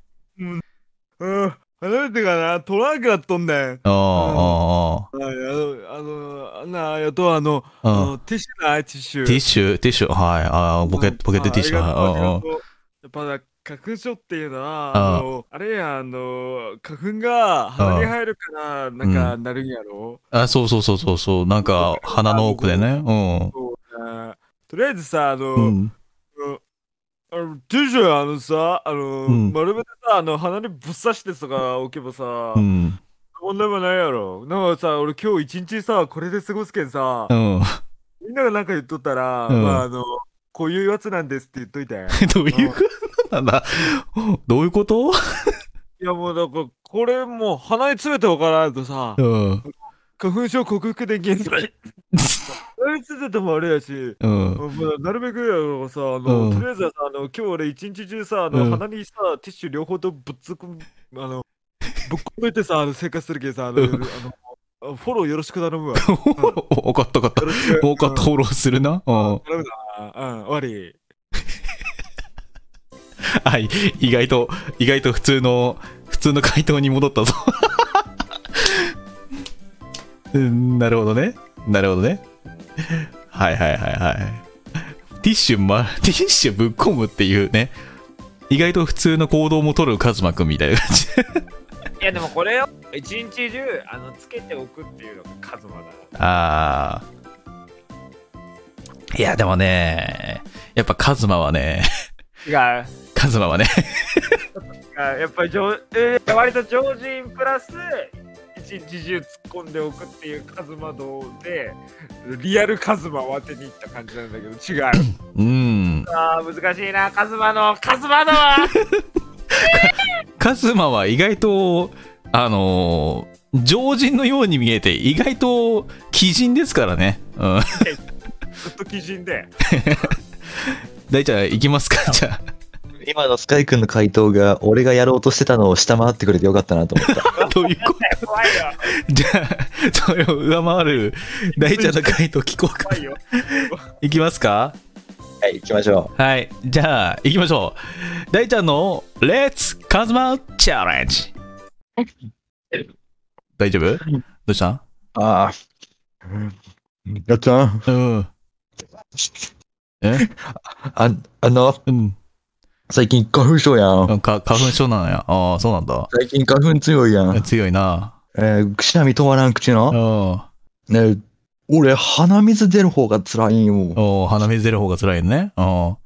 Speaker 7: うん。離れてからな、取らなくなっとんねん。
Speaker 1: おーお
Speaker 7: はい、あの、あの、あんな、やっとあの、
Speaker 1: ーおー
Speaker 7: あ
Speaker 1: うん
Speaker 7: のティッシュない、ティッシュ。
Speaker 1: ティッシュ、ティッシュ、はい。あーポケット、ポケットティッシュ。
Speaker 7: あ
Speaker 1: はい
Speaker 7: ありがとうあ
Speaker 1: おー
Speaker 7: りがとうやっぱな、花粉症っていうの
Speaker 1: あ
Speaker 7: は、あの、あれや、あの、花粉が鼻に入るから、なんか、なるんやろ。
Speaker 1: おーあ、そうそうそうそうそう。なんか、鼻の奥でね。
Speaker 7: あとりあえずさ、あの、
Speaker 1: うん。うん。
Speaker 7: あのティッシュ、あのさ、あの、
Speaker 1: うん
Speaker 7: 丸めてさ、あの、鼻にぶっ刺してとか置けばさ、
Speaker 1: うん。
Speaker 7: 問題もないやろ。なんかさ、俺今日一日さ、これで過ごすけんさ
Speaker 1: う、ん。
Speaker 7: みんながなんか言っとったら、
Speaker 1: うん
Speaker 7: まあ、あの、こういうやつなんですって言っといたんや
Speaker 1: どういうこと なんだどういうこと
Speaker 7: いやもうなんか、これもう鼻に詰めておかないとさ
Speaker 1: う、ん。
Speaker 7: 花粉症克服できん。鼻に詰めてもあれやし、
Speaker 1: うん。
Speaker 7: まあ、なるべくやろさ、あ
Speaker 1: う
Speaker 7: の、
Speaker 1: ん
Speaker 7: とりあえずはさ、あの、今日俺一日中さ、あの、
Speaker 1: うん
Speaker 7: 鼻にさ、ティッシュ両方とぶっつく、あの、ぶっ込めてさ、あの生活するけんさ、あの、
Speaker 1: う
Speaker 7: あ
Speaker 1: ん
Speaker 7: のフォローよろしく頼 むわ。よ
Speaker 1: おかった分かった。
Speaker 7: ろしく。
Speaker 1: 多かったフォローするな。うん。
Speaker 7: 頼むな。うん、終わり。
Speaker 1: はい。意外と、意外と普通の、普通の回答に戻ったぞ。うんなるほどね。なるほどね。はいはいはいはい。ティッシュ、ま、ティッシュぶっ込むっていうね。意外と普通の行動も取るカズマくんみたいな感じ。
Speaker 6: いやでもこれを一日中あのつけておくっていうのがカズマだな
Speaker 1: ああ。いや、でもね、やっぱカズマはね、
Speaker 6: 違う
Speaker 1: カズマはね、
Speaker 6: 違うやっぱり上、えー割と常人プラス一日中突っ込んでおくっていうカズマ道でリアルカズマを当てにいった感じなんだけど違う
Speaker 1: うん。
Speaker 6: あー難しいなカズマのカズマのは
Speaker 1: カズマは意外と、あのー常人のように見えて、意外と鬼人ですからね。うん。
Speaker 6: ずっと基準で
Speaker 1: 大ちゃん、行きますか、じゃ
Speaker 2: 今のスカイ君の回答が、俺がやろうとしてたのを下回ってくれてよかったなと思った。
Speaker 1: あ。ということ
Speaker 6: 怖いよ
Speaker 1: じゃあ、それを上回る大ちゃんの回答聞こうか。
Speaker 6: 怖いよ
Speaker 1: 行きますか
Speaker 2: はい、行きましょ
Speaker 1: はい。じゃあ、行きましょう。大ちゃんの、レッツカズマチャレンジ。大丈夫どうした
Speaker 2: う。ああ。やっちゃん。
Speaker 1: うん。
Speaker 2: あ、あの、
Speaker 1: うん。
Speaker 2: 最近花粉症やん。
Speaker 1: か花粉症なのや。ああ、そうなんだ。
Speaker 2: 最近花粉強いやん。
Speaker 1: 強いな。
Speaker 2: えー、くしゃみ止まらん口
Speaker 1: う
Speaker 2: の。
Speaker 1: ん。
Speaker 2: ね、俺、鼻水出る方が辛いんよ。
Speaker 1: おお鼻水出る方が辛いね。お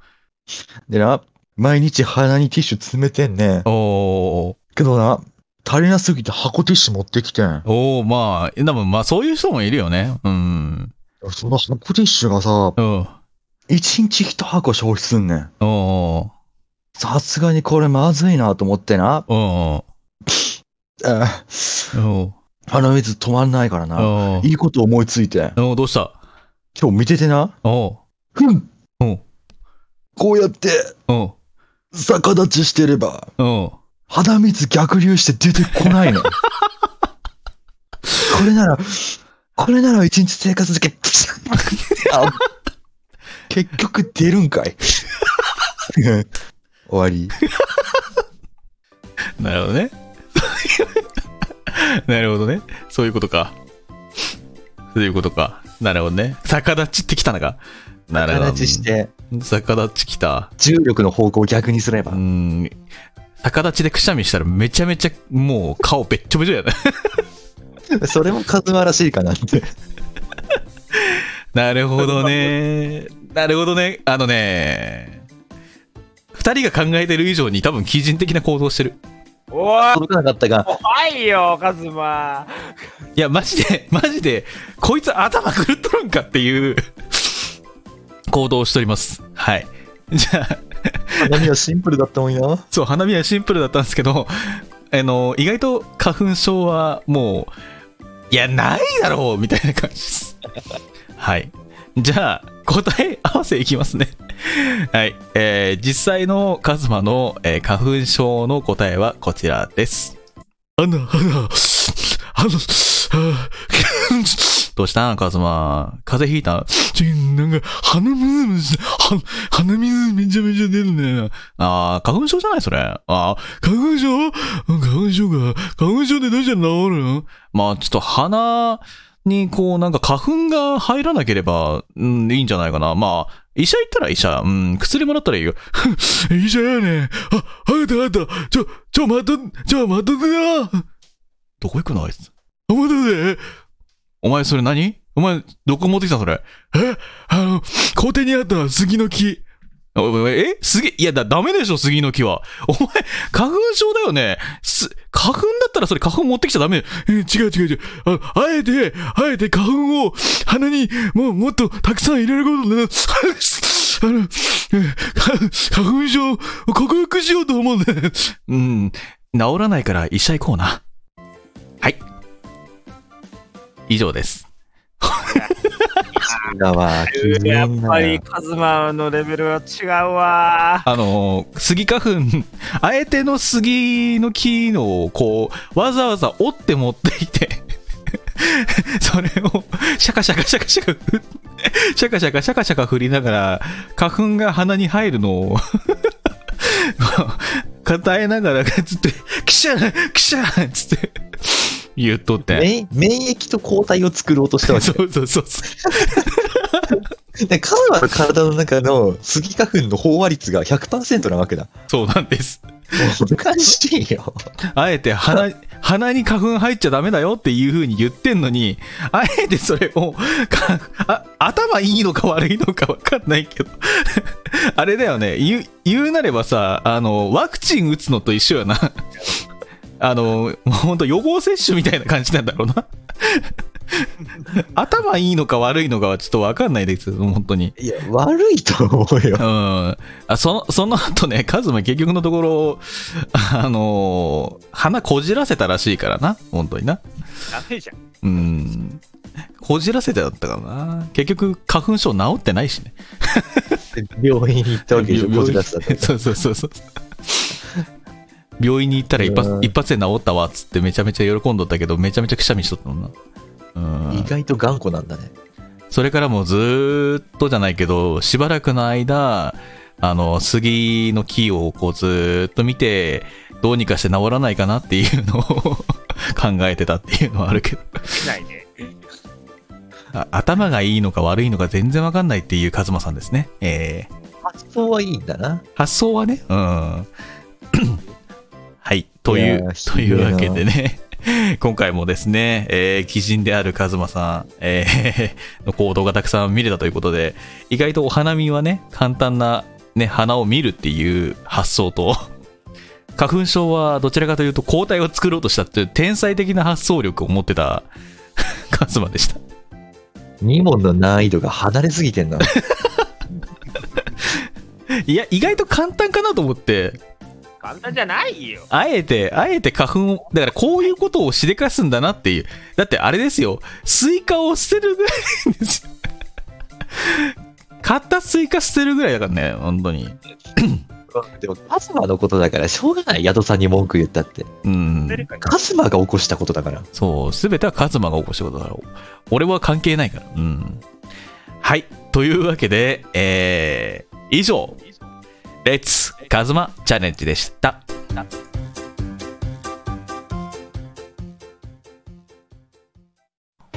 Speaker 2: でな、毎日鼻にティッシュ詰めてんね。
Speaker 1: ーお
Speaker 2: けどな、足りなすぎて箱ティッシュ持ってきてん
Speaker 1: ー。おーまあ、でもまあそういう人もいるよね。うん。
Speaker 2: その箱ティッシュがさ、
Speaker 1: うん。お
Speaker 2: 一日一箱消費すんねん。
Speaker 1: ーお
Speaker 2: さすがにこれまずいなと思ってな。
Speaker 1: ーお
Speaker 2: えー
Speaker 1: ーお
Speaker 2: 鼻水止まんないからな。
Speaker 1: ーおー
Speaker 2: いいこと思いついて。
Speaker 1: おーどうした
Speaker 2: 今日見ててな。
Speaker 1: おー
Speaker 2: ふん
Speaker 1: うん
Speaker 2: こうやって
Speaker 1: おー
Speaker 2: 逆立ちしてれば、
Speaker 1: お
Speaker 2: 鼻水逆流して出てこないの。これなら、これなら一日生活できるあ結局出るんかい。終わり。
Speaker 1: ーなるほどね。 なるほどね。そういうことか。そういうことか。なるほどね。逆立ちってきたのか。なるほど。
Speaker 2: 逆立ちして、
Speaker 1: 逆立ちきた。
Speaker 2: 重力の方向を逆にすれば
Speaker 1: う。ん。逆立ちでくしゃみしたらめちゃめちゃもう顔べっちょべちょやね。
Speaker 2: それもカズマらしいかなって。
Speaker 1: なるほどね。なるほどね。あのね。二人が考えてる以上に多分、基人的な行動してる。
Speaker 6: おい
Speaker 2: 届かなかったが、
Speaker 6: 怖いよカズマ
Speaker 1: いや、マジで、 マジで、こいつ頭狂っとるんかっていう行動をしております。はい。じゃあ、
Speaker 2: 何はシンプルだったもんよ。
Speaker 1: そう、花見はシンプルだったんですけど、 あの、意外と花粉症はもう、いや、ないだろうみたいな感じです。 はい。じゃあ、答え合わせいきますね。 はい。えー実際のカズマの、えー花粉症の答えはこちらです。あの、あの、あの、あー どうしたんカズマ。風邪ひいたちょ、なんか、鼻水むし、は鼻水めちゃめちゃ出るね。あー、花粉症じゃないそれ。あー、花粉症うん花粉症か。花粉症でどうしたら治るのまあ、ちょっと鼻に、こう、なんか花粉が入らなければ、うん、いいんじゃないかな。まあ、医者行ったら医者。うん、薬もらったらいいよ。 医者やね。あ、わかったわかった。ちょ、ちょ、待っと、ちょ、待っとってな。どこ行くのあいつ。あ、待っとって。お前それ何お前、どこ持ってきたそれ。えあの、校庭にあった杉の木。おおおえ杉いやだ、ダメでしょ、杉の木は。お前、花粉症だよね。す、花粉だったらそれ花粉持ってきちゃダメ。え違う違う違う。ああえて、あえて花粉を鼻にもうもっとたくさん入れることで、 あの、え花花粉症を克服しようと思うんだ。 うん、治らないから医者行こうな。はい。以上です。
Speaker 2: だわ、気に
Speaker 6: や
Speaker 2: な
Speaker 6: っ
Speaker 2: る
Speaker 6: ぱりカズマのレベルは違うわ
Speaker 1: あのー、スギ花粉、 あえてのスギの木の、こう、わざわざ折って持っていて、 それを、シャカシャカシャカシャカ、 シャカシャカシャカシャカ振りながら、花粉が鼻に入るのを、 抱えながら、つって、キシャーキシャーつって、言っとって。
Speaker 2: 免免疫と抗体を作ろうとしたわけ
Speaker 1: そうそうそうそう。
Speaker 2: で、カズマの体の中のスギ花粉の飽和率が100%なわけだ。
Speaker 1: そうなんです。
Speaker 2: おかしいよ。
Speaker 1: あえて鼻鼻に花粉入っちゃダメだよっていう風に言ってんのに、あえてそれをかあ、頭いいのか悪いのかわかんないけど、 あれだよね言う、言うなればさ、あの、ワクチン打つのと一緒やな。あの、もうほんと予防接種みたいな感じなんだろうな。頭いいのか悪いのかはちょっとわかんないです、本当に。
Speaker 2: いや、悪いと思うよ
Speaker 1: う。ん、あそのその後ね、カズマ結局のところ、あのー鼻こじらせたらしいからな、本当にな。
Speaker 6: ダメじゃん
Speaker 1: うん。こじらせてだったからな。結局、花粉症治ってないしね。
Speaker 2: 病院に行ったわけでしょ、
Speaker 1: 病
Speaker 2: こ
Speaker 1: 院
Speaker 2: じらせたって
Speaker 1: そうそうそうそう。病院に行ったら一
Speaker 2: う
Speaker 1: 発
Speaker 2: ん
Speaker 1: 一発で治ったわっつってめちゃめちゃ喜んどったけど、めちゃめちゃくしゃみしとったもんな。うん
Speaker 2: 意外と頑固なんだね。
Speaker 1: それからもうずーっとじゃないけど、しばらくの間、あの、杉の木をこうずーっと見て、どうにかして治らないかなっていうのを 考えてたっていうのはあるけど、
Speaker 6: 見ないね
Speaker 1: あ頭がいいのか悪いのか全然わかんないっていうカズマさんですね。えー
Speaker 2: 発想はいいんだな。
Speaker 1: 発想はね、うん。 はい、とい
Speaker 2: いうや、ー
Speaker 1: というわけ
Speaker 2: ひど
Speaker 1: で
Speaker 2: い
Speaker 1: ね。 今回もですね、えー、鬼人であるカズマさん、えー の行動がたくさん見れたということで、意外とお花見はね、簡単な、ね、花を見るっていう発想と、 花粉症はどちらかというと抗体を作ろうとしたっていう天才的な発想力を持ってた カズマでした。
Speaker 2: 2問の難易度が離れすぎてんな。
Speaker 1: いや、意外と簡単かなと思って、
Speaker 6: 簡単じゃないよ
Speaker 1: あえて、あえて花粉を、だからこういうことをしでかすんだなっていう。だってあれですよ、スイカを捨てるぐらいですよ。買ったスイカ捨てるぐらいだからね、本当に。
Speaker 2: でも、カズマのことだから、しょうがない、宿さんに文句言ったって。
Speaker 1: うん。
Speaker 2: カズマが起こしたことだから。
Speaker 1: そう、すべてはカズマが起こしたことだろう。俺は関係ないから。うん。はい。というわけで、えー、以上、レッツカズマチャレンジでした。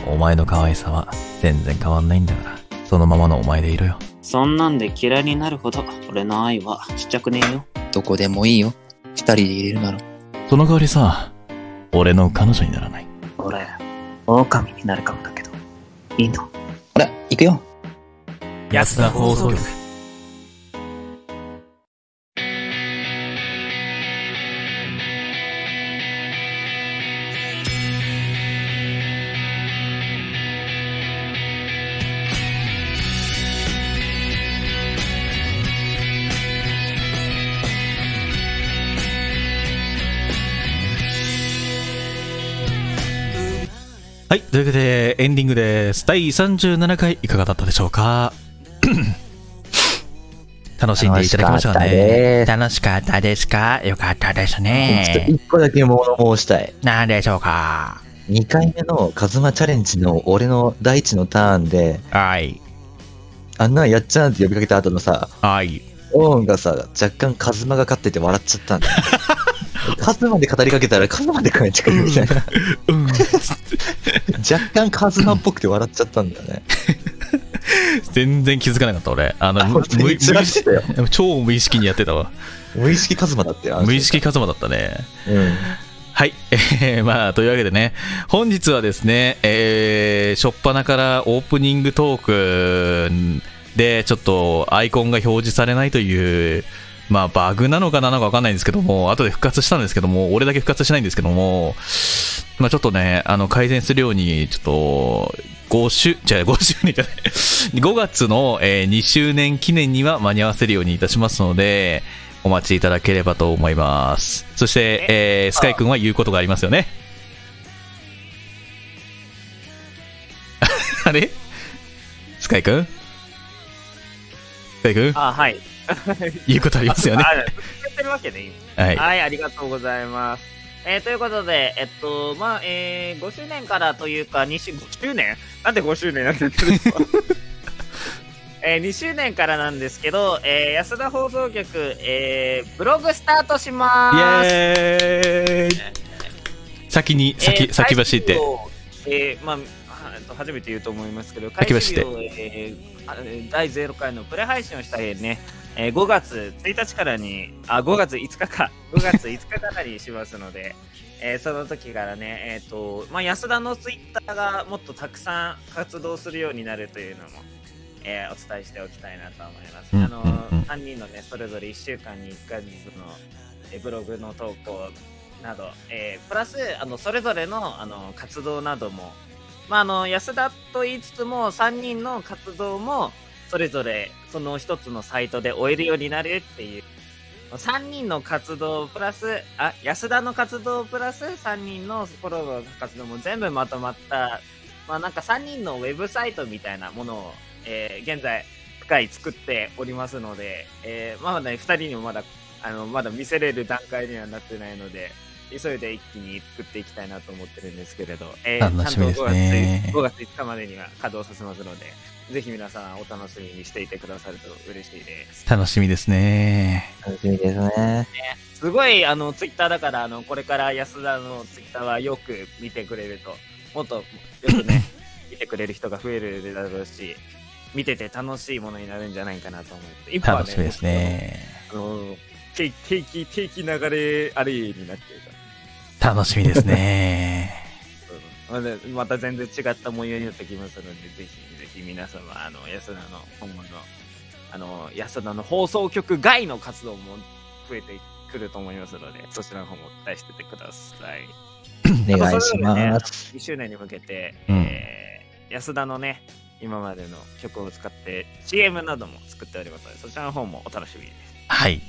Speaker 1: お前の可愛さは全然変わんないんだから、そのままのお前でいろよ。
Speaker 8: そんなんで嫌いになるほど俺の愛はちっちゃくねえよ。
Speaker 9: どこでもいいよ。二人で入れるなら。
Speaker 1: その代わりさ、俺の彼女にならない。
Speaker 8: 俺、狼になるかもだけど。いいの
Speaker 9: ほら、行くよ。
Speaker 1: 安田放送局。はい、というわけでエンディングです。第37回いかがだったでしょう か楽しんでいただきましたかね。楽しかったですかよかったです
Speaker 2: ちょっと。1個だけ物申したい。
Speaker 1: 何でしょうか
Speaker 2: 2回目のカズマチャレンジの俺の第一のターンで、
Speaker 1: はい。
Speaker 2: あんなんやっちゃうんって呼びかけた後のさ、
Speaker 1: はい。
Speaker 2: オーンがさ、若干カズマが勝ってて笑っちゃったんだよ。カズマで語りかけたらカズマで帰ってくるみたいな。
Speaker 1: うん。
Speaker 2: 若干カズマっぽくて笑っちゃったんだよね。
Speaker 1: 全然気づかなかった俺。あの、
Speaker 2: あ
Speaker 1: む
Speaker 2: 本当に
Speaker 1: む
Speaker 2: 散らしてたよ。
Speaker 1: む超無意識にやってたわ。
Speaker 2: 無意識カズマだってよ。あの人
Speaker 1: 無意。識カズマだったね。
Speaker 2: うん。
Speaker 1: はい。 えーまあ、というわけでね、本日はですね、えー、しょっぱなからオープニングトークで、ちょっとアイコンが表示されないという、まあ、バグなのかなのかわかんないんですけども、後で復活したんですけども、俺だけ復活しないんですけども、まあ、ちょっとね、あの、改善するように、ちょっと、5周、じゃあ5周年じゃない、5月 の、え2周年記念には間に合わせるようにいたしますので、お待ちいただければと思います。そして、えースカイ君は言うことがありますよね。 あれスカイ君スカイ君
Speaker 10: あ、はい。
Speaker 1: 言うことありますよね。
Speaker 11: あ、やってるわけでいいの
Speaker 1: はい。
Speaker 8: はい、ありがとうございます。えーということで、えっと、まあ、えー5周年からというか、2周、5周年なんで5周年なんて言ってるんですか えー2周年からなんですけど、えー安田放送局、えーブログスタートしま
Speaker 1: イ
Speaker 8: ーす。
Speaker 1: エーイ先に、先、
Speaker 8: えー
Speaker 1: 先走って
Speaker 8: 開始。日をえーまあはえっと、初めて言うと思いますけど、
Speaker 1: 先走って
Speaker 8: 開始日をえーあえー第0回のプレ配信をしたいね、えー5月1日からに、あ、5月5日か、5月5日からにしますので、えーその時からね、えっ、と、まあ、安田のツイッターがもっとたくさん活動するようになるというのも、えーお伝えしておきたいなと思います。
Speaker 1: うん
Speaker 8: あの
Speaker 1: うんうん
Speaker 8: 3人のね、それぞれ1週間に1回ずつの、えーブログの投稿など、えープラスあのそれぞれのあの活動なども、まあ、あの安田と言いつつも3人の活動もそれぞれその一つのサイトで終えるようになるっていう3人の活動プラスあ安田の活動プラス3人のフォローの活動も全部まとまった、まあ、なんか3人のウェブサイトみたいなものを、えー現在深い作っておりますので、えーまあね、2人にもまだあのまだ見せれる段階にはなってないので、急いで一気に作っていきたいなと思ってるんですけれど、え
Speaker 1: 楽しみですね
Speaker 8: ちゃんと5月 ,5 月5日までには稼働させますので、ぜひ皆さんお楽しみにしていてくださると嬉しいです。
Speaker 1: 楽しみですね。
Speaker 2: 楽しみですね。
Speaker 8: すごい、あの、ツイッターだから、あの、これから安田のツイッターはよく見てくれると、もっと、よくね、見てくれる人が増えるだろうし、見てて楽しいものになるんじゃないかなと思って、今は
Speaker 1: 楽しみですね。
Speaker 8: あの、定期、定期流れあれになってるから。
Speaker 1: 楽しみですね。
Speaker 8: まだまた全然違った模様になってきますので、ぜひぜひ皆様、あの、安田の今後の、あの、安田の放送局外の活動も増えてくると思いますので、そちらの方も期待しててください。
Speaker 2: お願いし
Speaker 8: あ
Speaker 2: ま
Speaker 8: と
Speaker 2: す。
Speaker 8: それぞれねあの1周年に向けて、
Speaker 1: うん
Speaker 8: えー安田のね、今までの曲を使って CM なども作っておりますので、そちらの方もお楽しみに。
Speaker 1: はい。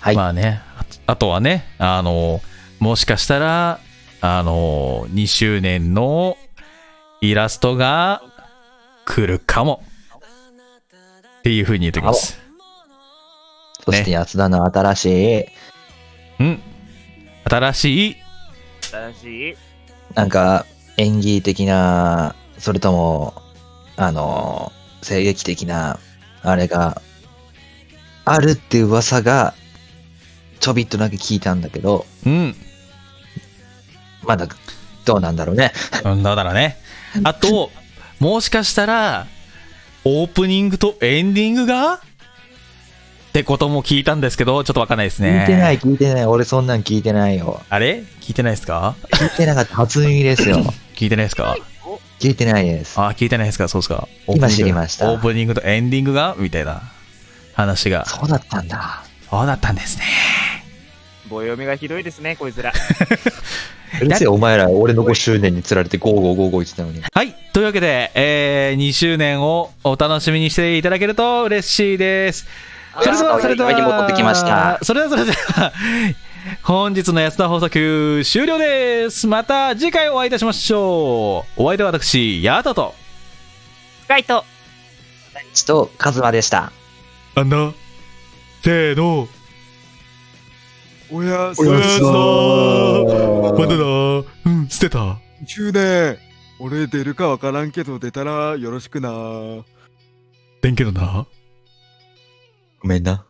Speaker 2: はい
Speaker 1: まあね、あとあとはね、あの、もしかしたら、あの、2周年のイラストが来るかも。っていうふうに言っておきます。
Speaker 2: そして安田の新しい、
Speaker 1: うん。新しい、
Speaker 8: 新しい、
Speaker 2: なんか演技的な、それとも、あの、声劇的な、あれが、あるって噂が、ちょびっとだけ聞いたんだけど、
Speaker 1: うん。
Speaker 2: まだ、どうなんだろうね。
Speaker 1: うんだからね。あと、もしかしたら、オープニングとエンディングがってことも聞いたんですけど、ちょっとわかんないですね。
Speaker 2: 聞いてない、聞いてない。俺そんなん聞いてないよ。
Speaker 1: あれ聞いてないですか
Speaker 2: 聞いてなかった。初耳ですよ。
Speaker 1: 聞いてないですか
Speaker 2: 聞いてないです。
Speaker 1: あー、聞いてないですか、そうですか。オープニング
Speaker 2: 今知りました
Speaker 1: オープニングとエンディングがみたいな話が。
Speaker 2: そうだったんだ。
Speaker 1: そうだったんですね。
Speaker 8: 棒読みがひどいですね、こいつら。
Speaker 2: うるせえ、お前ら、俺の5周年に釣られて5555言ってたのに。
Speaker 1: はい。というわけで、えー、2周年をお楽しみにしていただけると嬉しいです。それでは、それでは、
Speaker 9: に戻ってきました。
Speaker 1: それでは、それでは、本日の安田放送局終了です。また次回お会いいたしましょう。お相手は私、ヤトと。
Speaker 8: 深いと。
Speaker 2: ちと、カズマでした。
Speaker 1: あんな、せーの、
Speaker 12: おやす
Speaker 1: お
Speaker 12: み
Speaker 1: やすみなさーまただ、うん、捨てた。
Speaker 7: 周年俺出るかわからんけど出たらよろしくな
Speaker 4: でんけどな。
Speaker 2: ごめんな。